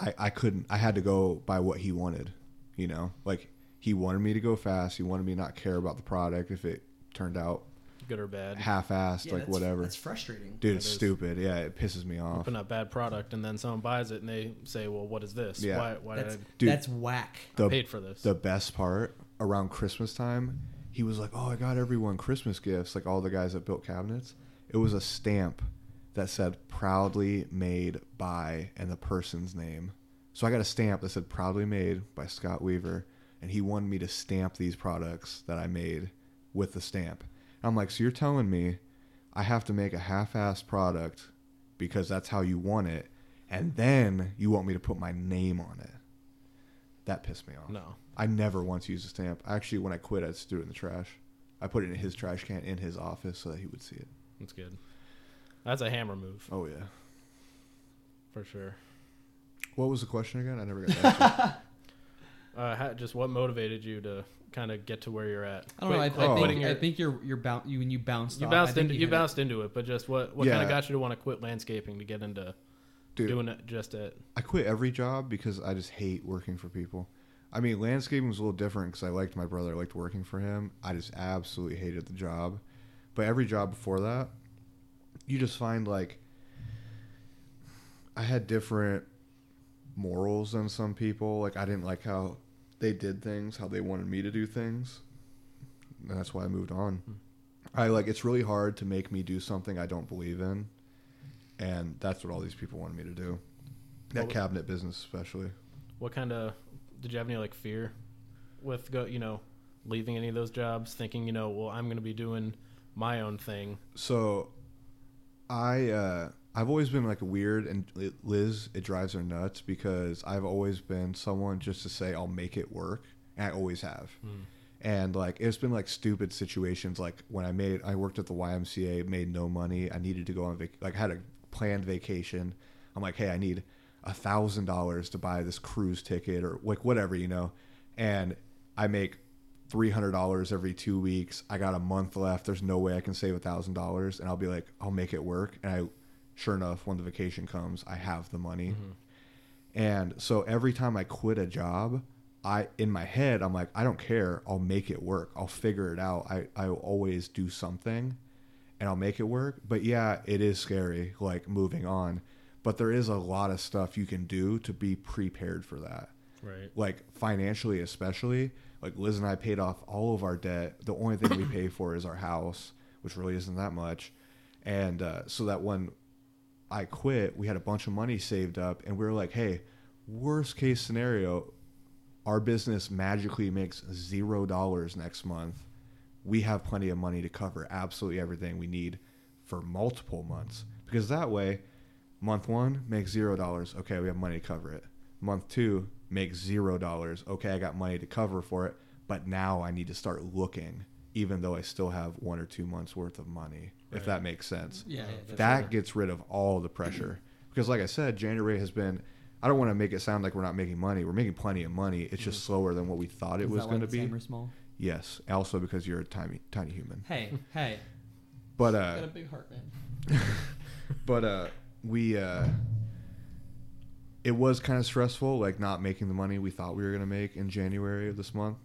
S2: I, I couldn't I had to go by what he wanted, you know? Like he wanted me to go fast, he wanted me to not care about the product if it turned out
S1: Good or bad.
S2: half assed, like
S3: that's-
S2: whatever.
S3: that's frustrating
S2: Dude, it's
S1: is.
S2: stupid. Yeah, it pisses me off.
S1: Putting up bad product, and then someone buys it, and they say, "Well, what is this?
S2: Yeah.
S1: Why? Why
S3: that's,
S1: did I
S2: Dude.
S3: that's whack
S2: The
S1: paid for this?"
S2: the best part around Christmas time, he was like, "Oh, I got everyone Christmas gifts, like all the guys that built cabinets." It was a stamp that said "proudly made by" and the person's name. So I got a stamp that said "Proudly Made" by Scott Weaver, and he wanted me to stamp these products that I made with the stamp. And I'm like, so you're telling me I have to make a half-assed product because that's how you want it, and then you want me to put my name on it? That pissed me off.
S1: No.
S2: I never once used a stamp. Actually, when I quit, I just threw it in the trash. I put it in his trash can in his office so that he would see it.
S1: That's good. That's a hammer move
S2: Oh yeah.
S1: for sure.
S2: What was the question again? I never got to answer.
S1: Uh, how, just what motivated you to kind of get to where you're at?
S3: I don't know. I,
S1: Quit- quit
S3: I
S1: putting
S3: think
S1: your-
S3: I think you're you're boun you when you bounced.
S1: oh, you
S3: off, I
S1: bounced
S3: think
S1: into you,
S3: hit it.
S1: bounced into it, but just what what kind
S2: Yeah.
S1: of got you to want to quit landscaping to get into
S2: Dude,
S1: doing it just at
S2: I quit every job because I just hate working for people. I mean, landscaping was a little different because I liked my brother. I liked working for him. I just absolutely hated the job. But every job before that, you just find like I had different morals than some people. Like I didn't like how they did things, how they wanted me to do things. And that's why I moved on. I like it's really hard to make me do something I don't believe in. And that's what all these people wanted me to do. That
S1: Well,
S2: cabinet business especially.
S1: what kind of did you have any like fear with go you know leaving any of those jobs thinking you know well I'm gonna be doing my own thing
S2: So I uh I've always been like weird and Liz it drives her nuts because I've always been someone just to say I'll make it work and I always have. And like it's been like stupid situations like when I made I worked at the YMCA made no money I needed to go on vac- like I had a planned vacation I'm like hey I need a thousand dollars to buy this cruise ticket or like whatever you know and I make three hundred dollars every two weeks. I got a month left. There's no way I can save a thousand dollars, and I'll be like, I'll make it work. And I, sure enough, when the vacation comes, I have the money. And so every time I quit a job, I in my head I'm like, I don't care. I'll make it work. I'll figure it out. I I will always do something, and I'll make it work. But yeah, it is scary, like moving on. But there is a lot of stuff you can do to be prepared for that
S1: right
S2: like financially especially like liz and i paid off all of our debt the only thing we pay for is our house which really isn't that much and uh, so that when i quit we had a bunch of money saved up and we were like hey worst case scenario our business magically makes zero dollars next month we have plenty of money to cover absolutely everything we need for multiple months because that way month one make zero dollars okay we have money to cover it month two make zero dollars okay i got money to cover for it but now i need to start looking even though i still have one or two months worth of money if
S1: Right.
S2: that makes sense
S3: Yeah,
S1: Oh,
S3: yeah,
S1: that's
S2: that
S1: right.
S2: gets rid of all the pressure because like i said january has been i don't want to make it sound like we're not making money we're making plenty of money it's just slower than what we thought it
S3: Mm-hmm. Is
S2: was
S3: that why
S2: going to
S3: the
S2: be
S3: Sam are small?
S2: yes also because you're a tiny tiny human
S3: Hey, hey,
S2: but uh
S3: got a big heart, man.
S2: but uh we uh it was kind of stressful like not making the money we thought we were going to make in january of this month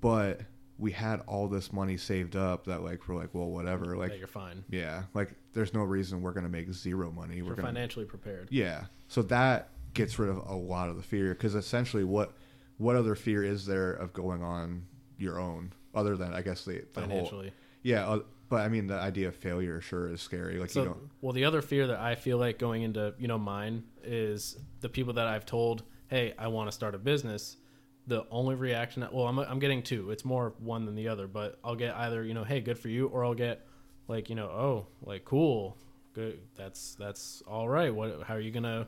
S2: but we had all this money saved up that like we're like well whatever
S1: that
S2: like
S1: you're fine
S2: yeah like there's no reason we're going to make zero money we're
S1: you're
S2: going to
S1: financially prepared
S2: yeah so that gets rid of a lot of the fear because essentially what what other fear is there of going on your own other than i guess the, the whole
S1: financially
S2: yeah uh, but i mean the idea of failure sure is scary like you
S1: So,
S2: don't
S1: well, the other fear that I feel like going into, you know, mine is the people that I've told, hey, I want to start a business. The only reaction, well, I'm, I'm getting two. It's more one than the other, but I'll get either, you know, hey, good for you, or I'll get like, you know, oh, like cool, good. That's that's all right. What? How are you gonna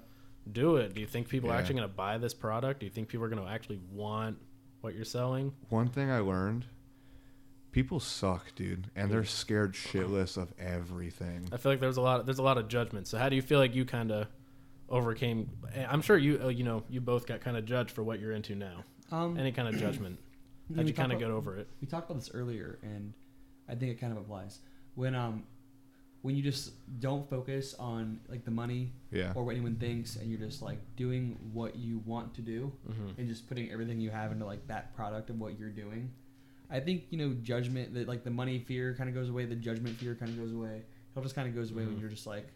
S1: do it? Do you think people are
S2: Yeah.
S1: actually gonna buy this product? Do you think people are gonna actually want what you're selling?
S2: one thing I learned people suck, dude, and they're scared shitless of everything.
S1: I feel like there's a lot there's a lot of judgment. So how do you feel like you kind of overcame? I'm sure you uh, you know you both got kind of judged for what you're into now.
S3: Um,
S1: Any kind of judgment?
S3: let
S1: How'd
S3: me
S1: you
S3: talk
S1: kind of
S3: about-
S1: get over it?
S3: we talked about this earlier and i think it kind of applies when um when you just don't focus on like the money
S2: Yeah.
S3: or what anyone thinks and you're just like doing what you want to do
S1: Mm-hmm.
S2: Mm-hmm.
S3: and just putting everything you have into like that product of what you're doing i think you know judgment that like the money fear kind of goes away the judgment fear kind of goes away it all just kind of goes away when
S2: Mm-hmm.
S1: Mhm.
S3: you're just like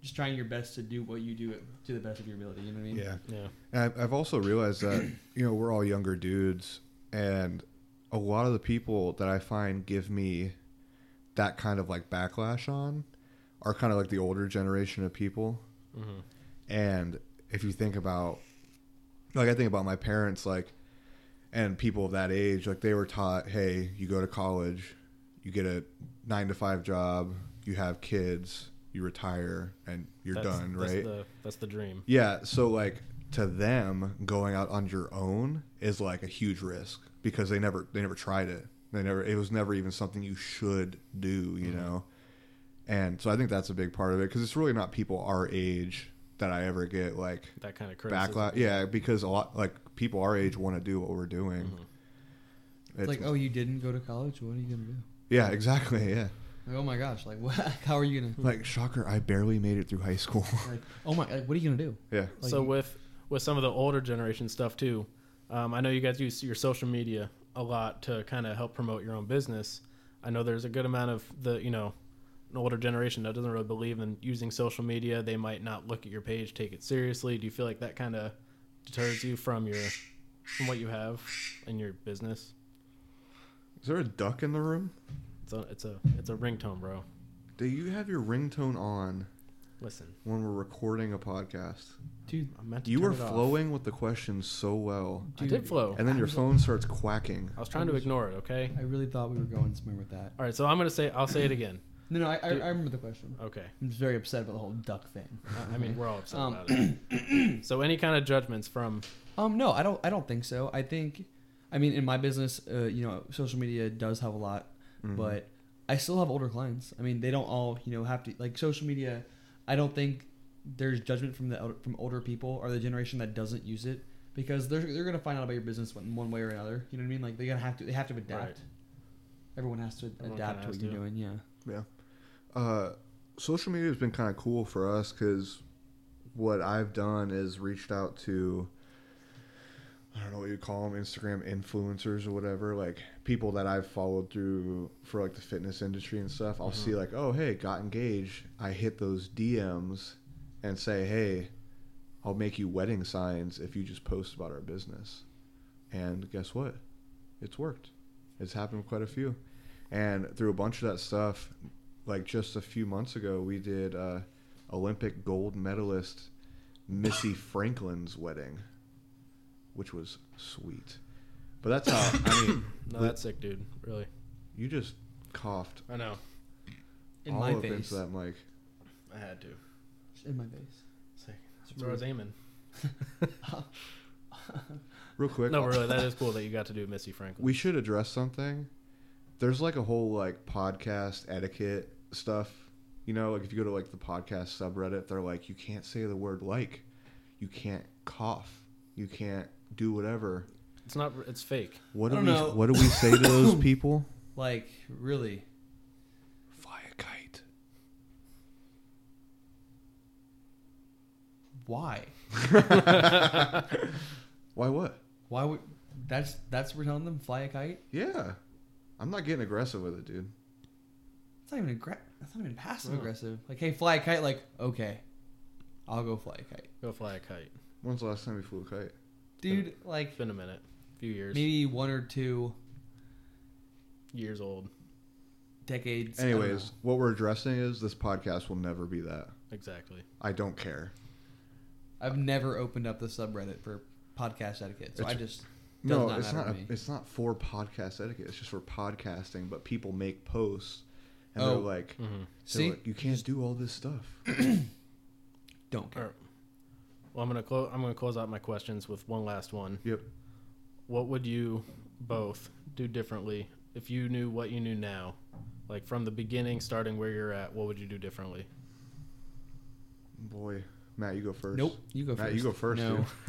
S3: just trying your best to do what you do to the best of your ability you know what i mean
S2: Yeah.
S1: Yeah,
S2: And I've, I've also realized that, you know, we're all younger dudes, and a lot of the people that I find give me that kind of like
S1: Mm-hmm.
S2: backlash on are kind of like the older generation of people. And if you think about like I think about my parents like and people of that age like they were taught hey you go to college you get a 9 to 5 job you have kids you retire and you're
S1: That's-
S2: done
S1: that's
S2: right
S1: The, that's the dream.
S2: yeah, so like to them going out on your own is like a huge risk because they never they never tried it. They never it was never even something you should do,
S3: Mm-hmm.
S2: you know. And so I think that's a big part of it because it's really not people our age that I ever get like
S1: That kind of criticism.
S2: backlash. Yeah, because a lot like people our age want to do what we're doing. It's,
S3: It's like, oh, you didn't go to college. What are you gonna do?
S2: yeah, exactly, yeah.
S3: Like, oh my gosh, like what? How are you gonna?
S2: Like shocker, I barely made it through high school.
S3: Like, oh my, like, what are you gonna do?
S2: yeah,
S3: Like,
S1: so with with some of the older generation stuff too, um, I know you guys use your social media a lot to kind of help promote your own business. I know there's a good amount of the you know an older generation that doesn't really believe in using social media. They might not look at your page, take it seriously. Do you feel like that kind of deters you from your from what you have in your business?
S2: is there a duck in the room?
S1: It's a it's a it's a ringtone, bro.
S2: Do you have your ringtone on
S1: Listen,
S2: when we're recording a podcast?
S3: dude,
S1: I'm meant to
S2: You
S1: turn
S2: were
S1: it off.
S2: flowing with the questions so well.
S1: I did flow.
S2: And then your phone starts quacking.
S1: I was trying to ignore it. Okay.
S3: I really thought we were going somewhere with that.
S1: All right. So I'm gonna say I'll say it again.
S3: No, no, I, I,
S1: Dude.
S3: I remember the question.
S1: Okay.
S3: I'm just very upset about the whole duck thing.
S1: I- I mean, we're all upset
S3: Um,
S1: about it. so, any kind of judgments from
S3: Um, no, I don't. I don't think so. I think, I mean, in my business, uh, you know, social media does have a lot,
S1: Mm-hmm.
S3: but I still have older clients. I mean, they don't all, you know, have to like social media. I don't think there's judgment from the elder, from older people or the generation that doesn't use it because they're they're gonna find out about your business one, one way or another. You know what I mean? Like they're gonna have to they have to adapt.
S1: Right.
S3: Everyone has to
S1: Everyone
S3: adapt
S1: kinda
S3: to what
S1: has
S3: you're
S1: to.
S3: doing. Yeah.
S2: Yeah. Uh, social media has been kind of cool for us because what I've done is reached out to, I don't know what you call them, Instagram influencers or whatever, like people that I've followed through for like the fitness industry and stuff. I'll see like, oh, hey, got engaged. I hit those DMs and say, hey, I'll make you wedding signs if you just post about our business. And guess what? It's worked. It's happened with quite a few. And through a bunch of that stuff, like just a few months ago, we did uh, Olympic gold medalist Missy Franklin's wedding, which was sweet. But that's how, I mean,
S1: no,
S2: Li-
S1: that's sick, dude. Really,
S2: you just coughed
S1: I know.
S3: In
S2: all
S3: my
S2: up
S3: face.
S2: into that mic.
S1: I had to.
S3: In my face.
S1: Sick. That's where I was aiming.
S2: Real quick,
S1: No, really, that is cool that you got to do Missy Franklin.
S2: uh, we should address something. There's like a whole like podcast etiquette stuff. You know, like if you go to like the podcast subreddit, they're like, you can't say the word like, you can't cough, you can't do whatever.
S1: It's not. It's fake.
S2: What
S3: I
S2: do we
S3: don't know.
S2: What do we say to those people?
S3: Like really.
S2: Fly a kite.
S3: Why?
S2: Why what?
S3: Why would that's that's we're telling them fly a kite?
S2: Yeah, I'm not getting aggressive with it, dude.
S3: It's not even aggra- that's not even passive
S1: No.
S3: aggressive. Like, hey, fly a kite. Like, okay, I'll go fly a kite,
S1: Go fly a kite.
S2: When's the last time you flew a kite?
S3: dude. Like,
S1: It's been a minute, few years,
S3: maybe one or two
S1: years old.
S3: decades. I don't
S2: Anyways, what we're addressing is this podcast will never be that.
S1: Exactly.
S2: I don't care.
S3: know. I've never opened up the subreddit for podcast etiquette, so
S2: It's-
S3: I just does
S2: No,
S3: not
S2: it's
S3: matter
S2: not.
S3: to me.
S2: it's not for podcast etiquette. It's just for podcasting. But people make posts, and
S3: Oh.
S2: they're like, they're
S1: Mm-hmm.
S3: see.
S2: like, you can't do all this stuff.
S3: don't care.
S1: All right. Well, I'm gonna close. I'm gonna close out my questions with one last one.
S2: Yep.
S1: What would you both do differently if you knew what you knew now, like from the beginning, starting where you're at? What would you do differently?
S2: Boy, Matt, you go first.
S3: Nope, you go
S2: Matt,
S3: first.
S2: you go first.
S3: No.
S2: dude.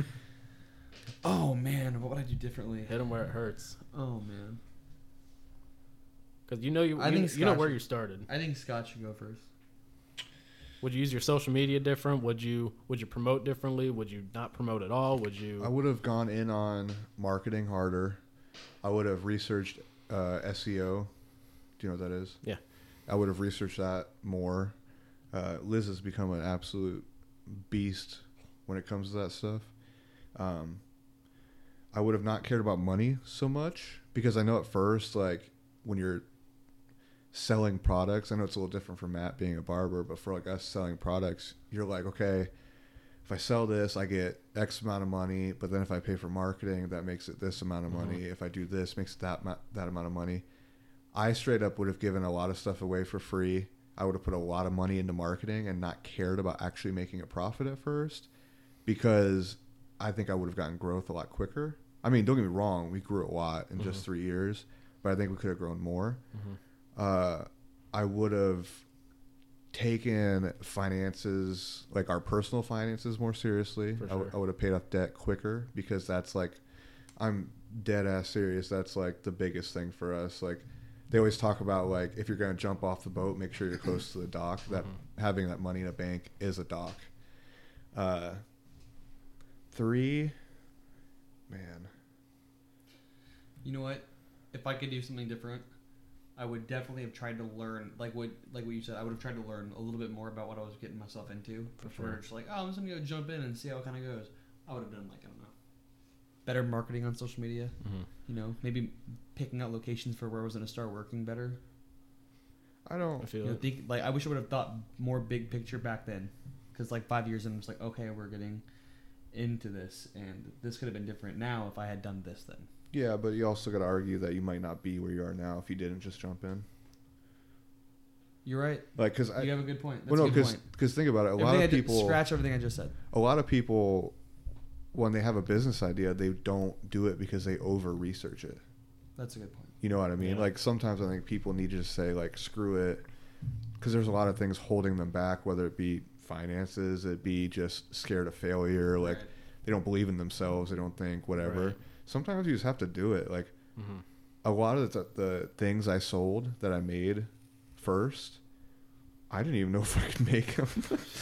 S3: Oh man, what would I do differently?
S1: Hit them where it hurts,
S3: Oh man,
S1: because you know you
S3: I
S1: you,
S3: think
S1: you know where
S3: scholarship-
S1: you started.
S3: I think Scott should go first.
S1: Would you use your social media different? Would you would you promote differently? Would you not promote at all? Would
S2: I
S1: you?
S2: would have gone in on marketing harder. I would have researched uh, SEO. Do you know what that is?
S1: Yeah.
S2: I would have researched that more. Uh, Liz has become an absolute beast when it comes to that stuff. Um, I would have not cared about money so much because I know at first, like when you're selling products, I know it's a little different for Matt being a barber, but for like us selling products, you're like, okay, if I sell this, I get X amount of money. But then if I pay for marketing, that makes it this amount of money. If I do this, makes it that mu- that amount of money. I straight up would have given a lot of stuff away for free. I would have put a lot of money into marketing and not cared about actually making a profit at first because I think I would have gotten growth a lot quicker. I mean, don't get me wrong, we grew a lot in
S1: Mm-hmm.
S2: just three years, but I think we could have grown more. Uh, I would have taken finances, like our personal finances, more seriously. I
S1: For
S2: w-
S1: sure.
S2: I would have paid off debt quicker because that's like, I'm dead ass serious. That's like the biggest thing for us. Like, they always talk about like if you're going to jump off the boat, make sure you're close to the dock.
S3: Mm-hmm.
S2: That having that money in a bank is a dock. Uh, three, man.
S3: You know what? If I could do something different, I would definitely have tried to learn, like what, like what you said. I would have tried to learn a little bit more about what I was getting myself into before
S1: sure.
S3: just like, oh, I'm just gonna go jump in and see how it kind of goes. I would have done like I don't know, better marketing on social media.
S1: Mm-hmm.
S3: You know, maybe picking out locations for where I was gonna start working better.
S2: I
S1: I
S2: don't.
S1: feel
S3: You know,
S1: it.
S3: think, like I wish I would have thought more big picture back then, because like five years in, I'm just like, okay, we're getting into this, and this could have been different now if I had done this then.
S2: Yeah, but you also got to argue that you might not be where you are now if you didn't just jump in.
S3: You're right.
S2: Like, because I
S3: You have a good point. That's
S2: well, no,
S3: a good
S2: because
S3: point.
S2: think about it. A lot of
S3: Everything I did-
S2: people,
S3: scratch everything I just said.
S2: a lot of people, when they have a business idea, they don't do it because they over research it.
S3: That's a good point.
S2: You know what I mean?
S1: Yeah.
S2: Like sometimes I think people need to just say like screw it because there's a lot of things holding them back, whether it be finances, it be just scared of failure, like
S3: Right.
S2: they don't believe in themselves, they don't think whatever.
S1: Right.
S2: Sometimes you just have to do it. Like
S1: Mhm.
S2: a lot of the, the things I sold that I made first, I didn't even know if I could make them.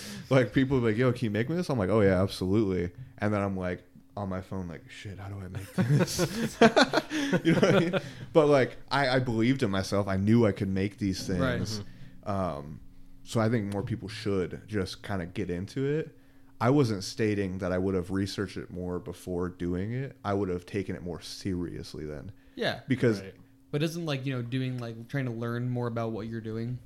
S2: like people would be like, "Yo, can you make me this?" I'm like, "Oh yeah, absolutely." And then I'm like on my phone, like, "Shit, how do I make this?" you know what I mean? But like, I, I believed in myself. I knew I could make these things.
S3: Right.
S2: Um, so I think more people should just kind of get into it. I wasn't stating that I would have researched it more before doing it. I would have taken it more seriously then,
S3: Yeah,
S2: because
S1: Right.
S3: but isn't like you know doing like trying to learn more about what you're doing.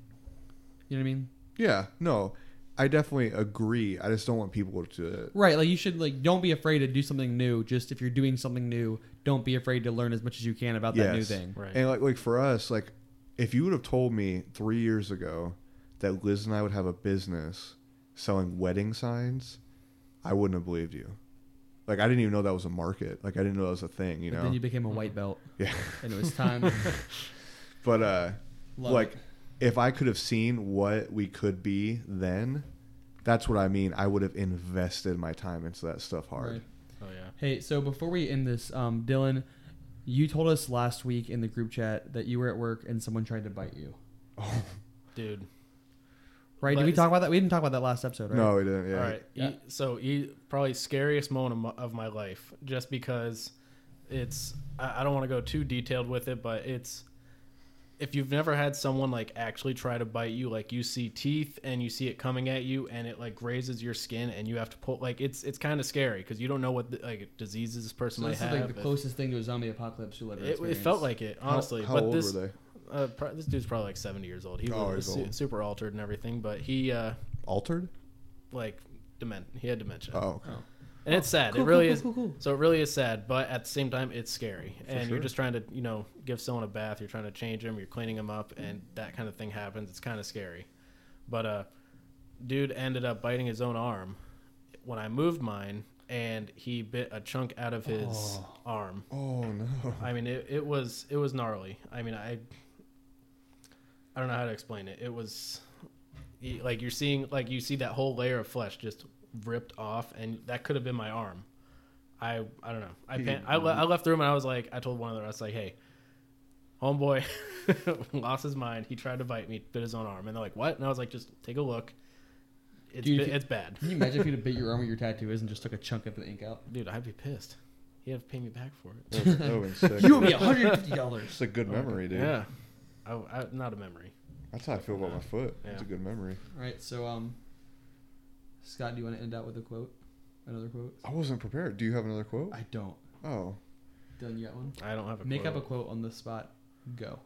S3: You know what I mean?
S2: Yeah, no, I definitely agree. I just don't want people to.
S3: Right. Like you should like don't be afraid to do something new. Just if you're doing something new, don't be afraid to learn as much as you can about that new
S2: Yes.
S3: thing.
S1: Right.
S2: And like, like for us, like if you would have told me three years ago that Liz and I would have a business selling wedding signs, I wouldn't have believed you. Like I didn't even know that was a market. Like I didn't know that was a thing. You
S3: But
S2: know. Mm.
S3: then you became a white belt,
S2: yeah.
S3: and it was time.
S2: But uh,
S3: Love
S2: like
S3: it.
S2: if I could have seen what we could be then, that's what I mean. I would have invested my time into that stuff hard.
S3: Right.
S1: Oh yeah.
S3: Hey, so before we end this, um, Dylan, you told us last week in the group chat that you were at work and someone tried to bite you.
S1: Dude.
S3: Right? Did
S1: But
S3: we
S1: it's-
S3: talk about that? We didn't talk about that last episode, right?
S2: No, we didn't. Yeah.
S1: All right.
S3: Yeah.
S1: E- so e- probably scariest moment of my, of my life, just because it's. I, I don't want to go too detailed with it, but it's. If you've never had someone like actually try to bite you, like you see teeth and you see it coming at you, and it like grazes your skin, and you have to pull, like it's it's kind of scary because you don't know what the, like diseases this person
S3: So
S1: might
S3: this is
S1: have.
S3: like the
S1: if-
S3: closest thing to a zombie apocalypse you'll ever
S1: it, it
S3: experience.
S1: felt like it,
S2: How-
S1: honestly.
S2: how,
S1: but
S2: old
S1: this,
S2: were they?
S1: Uh, pro- this dude's probably like seventy years old. He
S2: Oh,
S1: was
S2: he's
S1: su-
S2: old.
S1: super altered and everything, but he uh,
S2: Altered?
S1: like dement. He had dementia.
S2: Oh, okay.
S1: and it's sad.
S3: cool,
S1: it really
S3: cool,
S1: is.
S3: cool, cool, cool.
S1: So it really is sad, but at the same time, it's scary. and
S2: sure.
S1: you're just trying to, you know, give someone a bath. You're trying to change them. You're cleaning them up, and that kind of thing happens. It's kind of scary. But uh, dude ended up biting his own arm when I moved mine, and he bit a chunk out of his arm.
S2: Oh no.
S1: I mean, it, it was it was gnarly. I mean, I I don't know how to explain it. It was y- like you're seeing like you see that whole layer of flesh just ripped off, and that could have been my arm. I I don't know. I pan- I, le- I left the room and I was like, I told one of the I was like, hey, homeboy lost his mind. He tried to bite me, bit his own arm, and they're like, what? And I was like, just take a look. It's
S3: Dude,
S1: bi-
S3: if you-
S1: it's bad,
S3: Can you imagine if you'd have bit your arm with your tattoo is and just took a chunk of the ink out?
S1: dude. I'd be pissed. He'd have to pay me back for it.
S2: That would've- that would've been sick.
S3: You owe me $150.
S2: It's a good memory, dude.
S1: Oh Yeah, I, I, not a memory.
S2: That's how I feel about my foot. It's a
S1: Yeah.
S2: good memory.
S3: All right, so, um, Scott, do you want to end out with a quote? Another quote?
S2: I wasn't prepared. Do you have another quote?
S3: I don't.
S2: Oh.
S3: Dylan, you got one?
S1: I don't have a
S3: Make
S1: quote.
S3: up a quote on the spot. Go.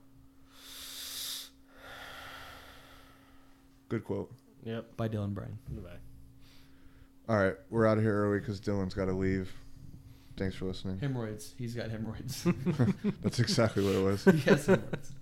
S2: Good quote.
S1: Yep.
S3: By Dylan Bryan.
S1: Goodbye.
S2: All right, we're out of here early because Dylan's got to leave. Thanks for listening.
S3: Hemorrhoids. He's got hemorrhoids.
S2: That's exactly what it was.
S3: he has hemorrhoids.